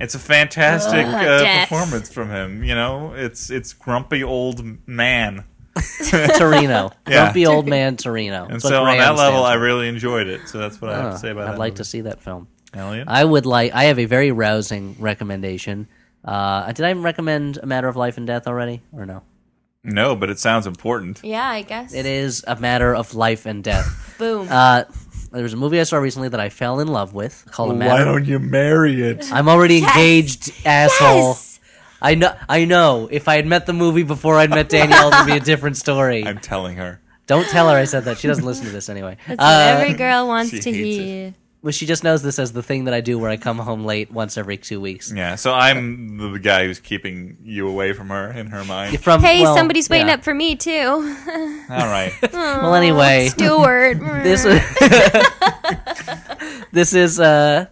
Speaker 1: It's a fantastic
Speaker 2: Oh,
Speaker 1: uh,
Speaker 3: death.
Speaker 1: performance from him. You know, it's it's grumpy old man.
Speaker 2: Torino.
Speaker 1: Yeah.
Speaker 2: Grumpy old man Torino.
Speaker 1: And so on that level, I really enjoyed it. So that's what I have to say about
Speaker 2: would
Speaker 1: that.
Speaker 2: Ah, like to see that film.
Speaker 1: to. Alien.
Speaker 2: I would like. I have a very rousing recommendation. Uh, did I recommend A Matter of Life and Death already, or no?
Speaker 1: no, but it sounds important.
Speaker 3: yeah, I guess.
Speaker 2: It is A Matter of Life and Death.
Speaker 3: Boom.
Speaker 2: uh, there was a movie I saw recently that I fell in love with called A Matter.
Speaker 1: you marry it?
Speaker 2: I'm already engaged, asshole.
Speaker 3: Yes!
Speaker 2: I know. I know. If I had met the movie before I'd met Danielle, it'd be a different story.
Speaker 1: I'm telling her.
Speaker 2: Don't tell her I said that. She doesn't listen to this anyway. Uh,
Speaker 3: That's what every girl
Speaker 1: she
Speaker 3: wants to
Speaker 1: hates it.
Speaker 3: hear.
Speaker 2: Well, she just knows this as the thing that I do, where I come home late once every two weeks.
Speaker 1: Yeah. So I'm the guy who's keeping you away from her in her mind.
Speaker 2: From
Speaker 3: Hey,
Speaker 2: well,
Speaker 3: somebody's waiting
Speaker 2: yeah.
Speaker 3: up for me too.
Speaker 1: All right.
Speaker 2: Well, anyway,
Speaker 3: Stewart.
Speaker 2: this this is uh,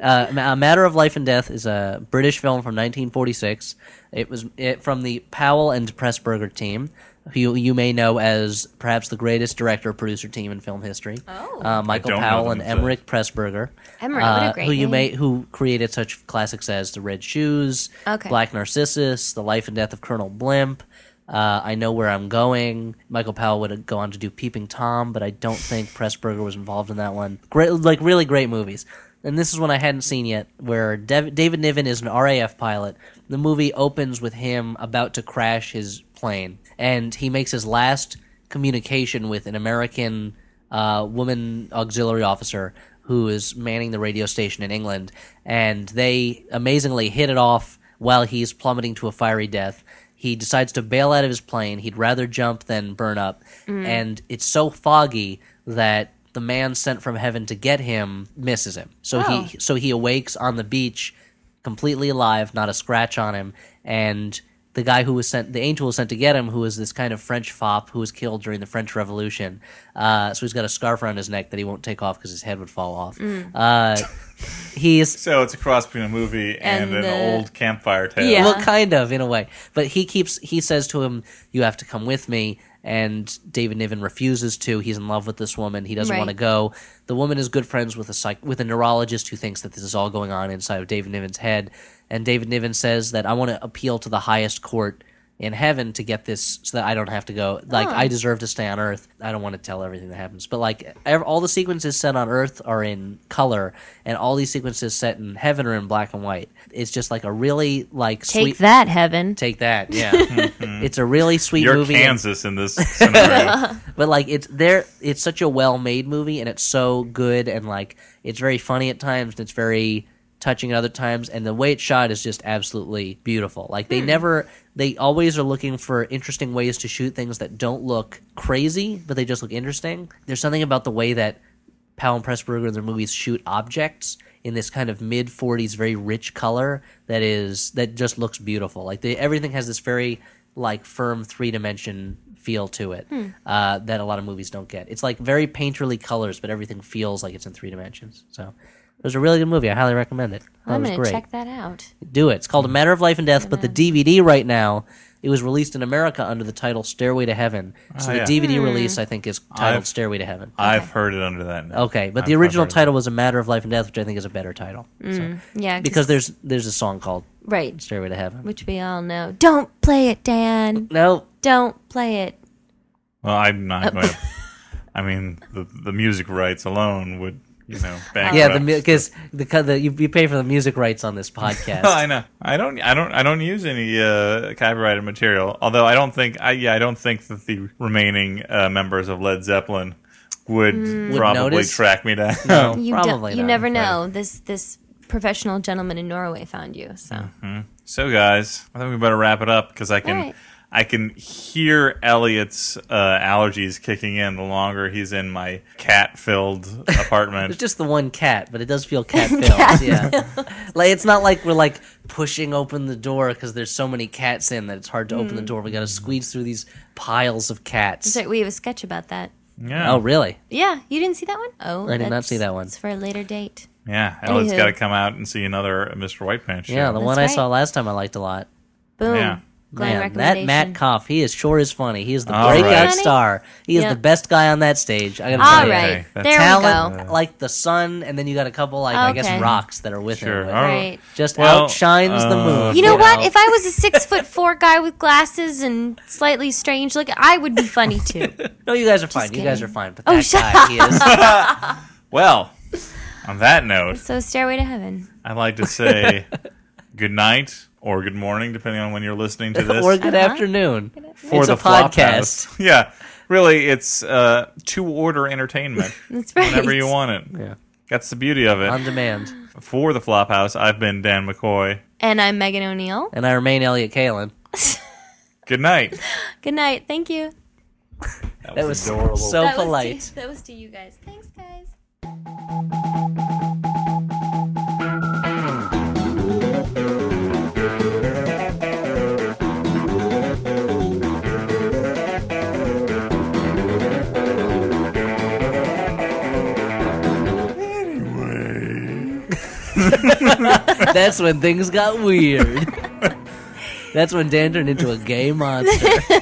Speaker 2: uh, Ma- a matter of life and death is a British film from 1946. It was it, from the Powell and Pressburger team, who you, you may know as perhaps the greatest director producer team in film history.
Speaker 3: Oh.
Speaker 2: uh, Michael
Speaker 1: don't know
Speaker 2: Powell
Speaker 1: them,
Speaker 2: and
Speaker 1: so-
Speaker 2: Emmerich Pressburger.
Speaker 3: Emmerich, what a great
Speaker 2: uh, who you
Speaker 3: name.
Speaker 2: may who created such classics as The Red Shoes,
Speaker 3: Okay.
Speaker 2: Black Narcissus, The Life and Death of Colonel Blimp. Uh, I know where I'm going. Michael Powell would go on to do Peeping Tom, but I don't think Pressburger was involved in that one. Great, like really great movies. And this is one I hadn't seen yet, where Dev- David Niven is an RAF pilot. The movie opens with him about to crash his plane, and he makes his last communication with an American uh, woman auxiliary officer who is manning the radio station in England, and they amazingly hit it off while he's plummeting to a fiery death. He decides to bail out of his plane. He'd rather jump than burn up, and it's so foggy that the man sent from heaven to get him misses him. So he so he awakes on the beach completely alive, not a scratch on him, and the guy who was sent, the angel was sent to get him, who was this kind of French fop who was killed during the French Revolution. Uh, so he's got a scarf around his neck that he won't take off because his head would fall off.
Speaker 3: Mm.
Speaker 2: Uh, he's
Speaker 1: So it's a cross between a movie and,
Speaker 3: And
Speaker 1: an
Speaker 3: the-
Speaker 1: old campfire tale.
Speaker 3: Yeah.
Speaker 2: well, kind of in a way, but he keeps he says to him, "You have to come with me." And David Niven refuses to. He's in love with this woman. He doesn't
Speaker 3: Right.
Speaker 2: want to go. The woman is good friends with a psych- with a neurologist who thinks that this is all going on inside of David Niven's head. And David Niven says that I want to appeal to the highest court in heaven to get this so that I don't have to go. Like
Speaker 3: Oh.
Speaker 2: I deserve to stay on Earth. I don't want to tell everything that happens, but like ev- all the sequences set on Earth are in color, and all these sequences set in heaven are in black and white. It's just like a really like
Speaker 3: Take
Speaker 2: sweet.
Speaker 3: that, heaven.
Speaker 2: Take that, yeah. it's a really sweet
Speaker 1: You're
Speaker 2: movie, and-
Speaker 1: Kansas in this scenario.
Speaker 2: but like it's there. It's such a well-made movie, and it's so good, and like it's very funny at times, and it's very touching at other times, and the way it's shot is just absolutely beautiful. Like they never, they always are looking for interesting ways to shoot things that don't look crazy, but they just look interesting. There's something about the way that Powell and Pressburger in their movies shoot objects in this kind of mid 40s very rich color that is that just looks beautiful. Like they, everything has this very like firm three dimension feel to it
Speaker 3: Hmm.
Speaker 2: uh, that a lot of movies don't get. It's like very painterly colors, but everything feels like it's in three dimensions. So it was a really good movie. I highly recommend it. That
Speaker 3: I'm
Speaker 2: was
Speaker 3: gonna
Speaker 2: great.
Speaker 3: check that out.
Speaker 2: Do it. It's called A Matter of Life and Death, but the DVD right now. It was released in America under the title Stairway to Heaven. So
Speaker 1: Ah,
Speaker 2: the
Speaker 1: yeah.
Speaker 2: DVD
Speaker 3: Hmm.
Speaker 2: release, I think, is titled
Speaker 1: I've-
Speaker 2: Stairway to Heaven.
Speaker 1: I've heard it under that. now.
Speaker 2: Okay, but
Speaker 1: I've-
Speaker 2: the
Speaker 1: I've
Speaker 2: original
Speaker 1: heard it.
Speaker 2: title was "A Matter of Life and Death," which I think is a better title. So,
Speaker 3: Yeah,
Speaker 2: because there's there's a song called
Speaker 3: right,
Speaker 2: "Stairway to Heaven."
Speaker 3: which we all know. Don't play it, Dan.
Speaker 2: No,
Speaker 3: Don't play it.
Speaker 1: Well, I'm not going to. I mean, the, the music rights alone would, you know, bankrupt.
Speaker 2: yeah, because the, co- the you, you pay for the music rights on this podcast.
Speaker 1: Oh, I know. I don't. I don't. I don't use any uh, copyrighted material. Although I don't think. I yeah. I don't think that the remaining uh, members of Led Zeppelin would probably
Speaker 2: notice?
Speaker 1: track me down.
Speaker 3: You
Speaker 2: Probably
Speaker 3: don't, you
Speaker 2: not,
Speaker 3: never
Speaker 2: but-
Speaker 3: know. This this professional gentleman in Norway found you. So
Speaker 2: Hmm.
Speaker 1: So, guys, I think we better wrap it up because I can.
Speaker 3: All right.
Speaker 1: I can hear Elliot's uh, allergies kicking in the longer he's in my cat-filled apartment.
Speaker 2: It's just the one cat, but it does feel cat filled. yeah, like it's not like we're like pushing open the door because there's so many cats in that it's hard to open the door. We got to squeeze through these piles of cats.
Speaker 3: So we have a sketch about that.
Speaker 1: yeah.
Speaker 2: Oh, really?
Speaker 3: Yeah, you didn't see that one? Oh,
Speaker 2: I did not
Speaker 3: that's-
Speaker 2: see that one.
Speaker 3: It's for a later date.
Speaker 1: Yeah, Elliot's
Speaker 3: Anywho.
Speaker 1: got to come out and see another uh, Mr. Whitepan show.
Speaker 2: Yeah, the one I
Speaker 3: right.
Speaker 2: saw last time I liked a lot.
Speaker 3: Boom.
Speaker 1: Yeah.
Speaker 3: Glowing
Speaker 2: Man, that
Speaker 3: recommendation.
Speaker 2: Matt Koff, he is sure is funny. He is the
Speaker 1: All right.
Speaker 2: breakout
Speaker 3: Funny?
Speaker 2: star. He is
Speaker 3: Yeah.
Speaker 2: the best guy on that stage. I gotta
Speaker 3: All
Speaker 2: tell you.
Speaker 1: Okay,
Speaker 3: right,
Speaker 1: that's-
Speaker 3: there we go.
Speaker 2: Talent like the sun, and then you got a couple like I
Speaker 3: Okay.
Speaker 2: guess rocks that are with
Speaker 1: Sure.
Speaker 2: him.
Speaker 1: All
Speaker 3: Right.
Speaker 2: Just
Speaker 1: Well,
Speaker 2: outshines the
Speaker 1: uh,
Speaker 2: moon.
Speaker 3: You know what?
Speaker 2: know?
Speaker 3: If I was a six foot four guy with glasses and slightly strange look, I would be funny too.
Speaker 2: no, you guys are fine. You guys
Speaker 3: kidding.
Speaker 2: are fine. But
Speaker 3: Oh,
Speaker 2: that
Speaker 3: shut
Speaker 2: guy, he is.
Speaker 1: Well, on that note,
Speaker 3: so Stairway to Heaven.
Speaker 1: I'd like to say good night or good morning, depending on when you're listening to this.
Speaker 2: or good
Speaker 3: Uh-huh.
Speaker 2: afternoon.
Speaker 1: for
Speaker 2: it's
Speaker 1: the
Speaker 2: a podcast.
Speaker 1: Flophouse. Yeah, really, it's uh, to order entertainment
Speaker 3: That's right.
Speaker 1: whenever you want it.
Speaker 2: Yeah.
Speaker 1: That's the beauty of
Speaker 2: On
Speaker 1: it.
Speaker 2: demand.
Speaker 1: For the Flophouse, I've been Dan McCoy.
Speaker 3: And I'm Megan O'Neill.
Speaker 2: And I remain Elliot Kalin.
Speaker 1: Good night.
Speaker 3: Good night. Thank you.
Speaker 2: That was so
Speaker 3: that
Speaker 2: polite.
Speaker 3: Was to, that was to you guys. Thanks, guys.
Speaker 2: That's when things got weird. That's when Dan turned into a gay monster.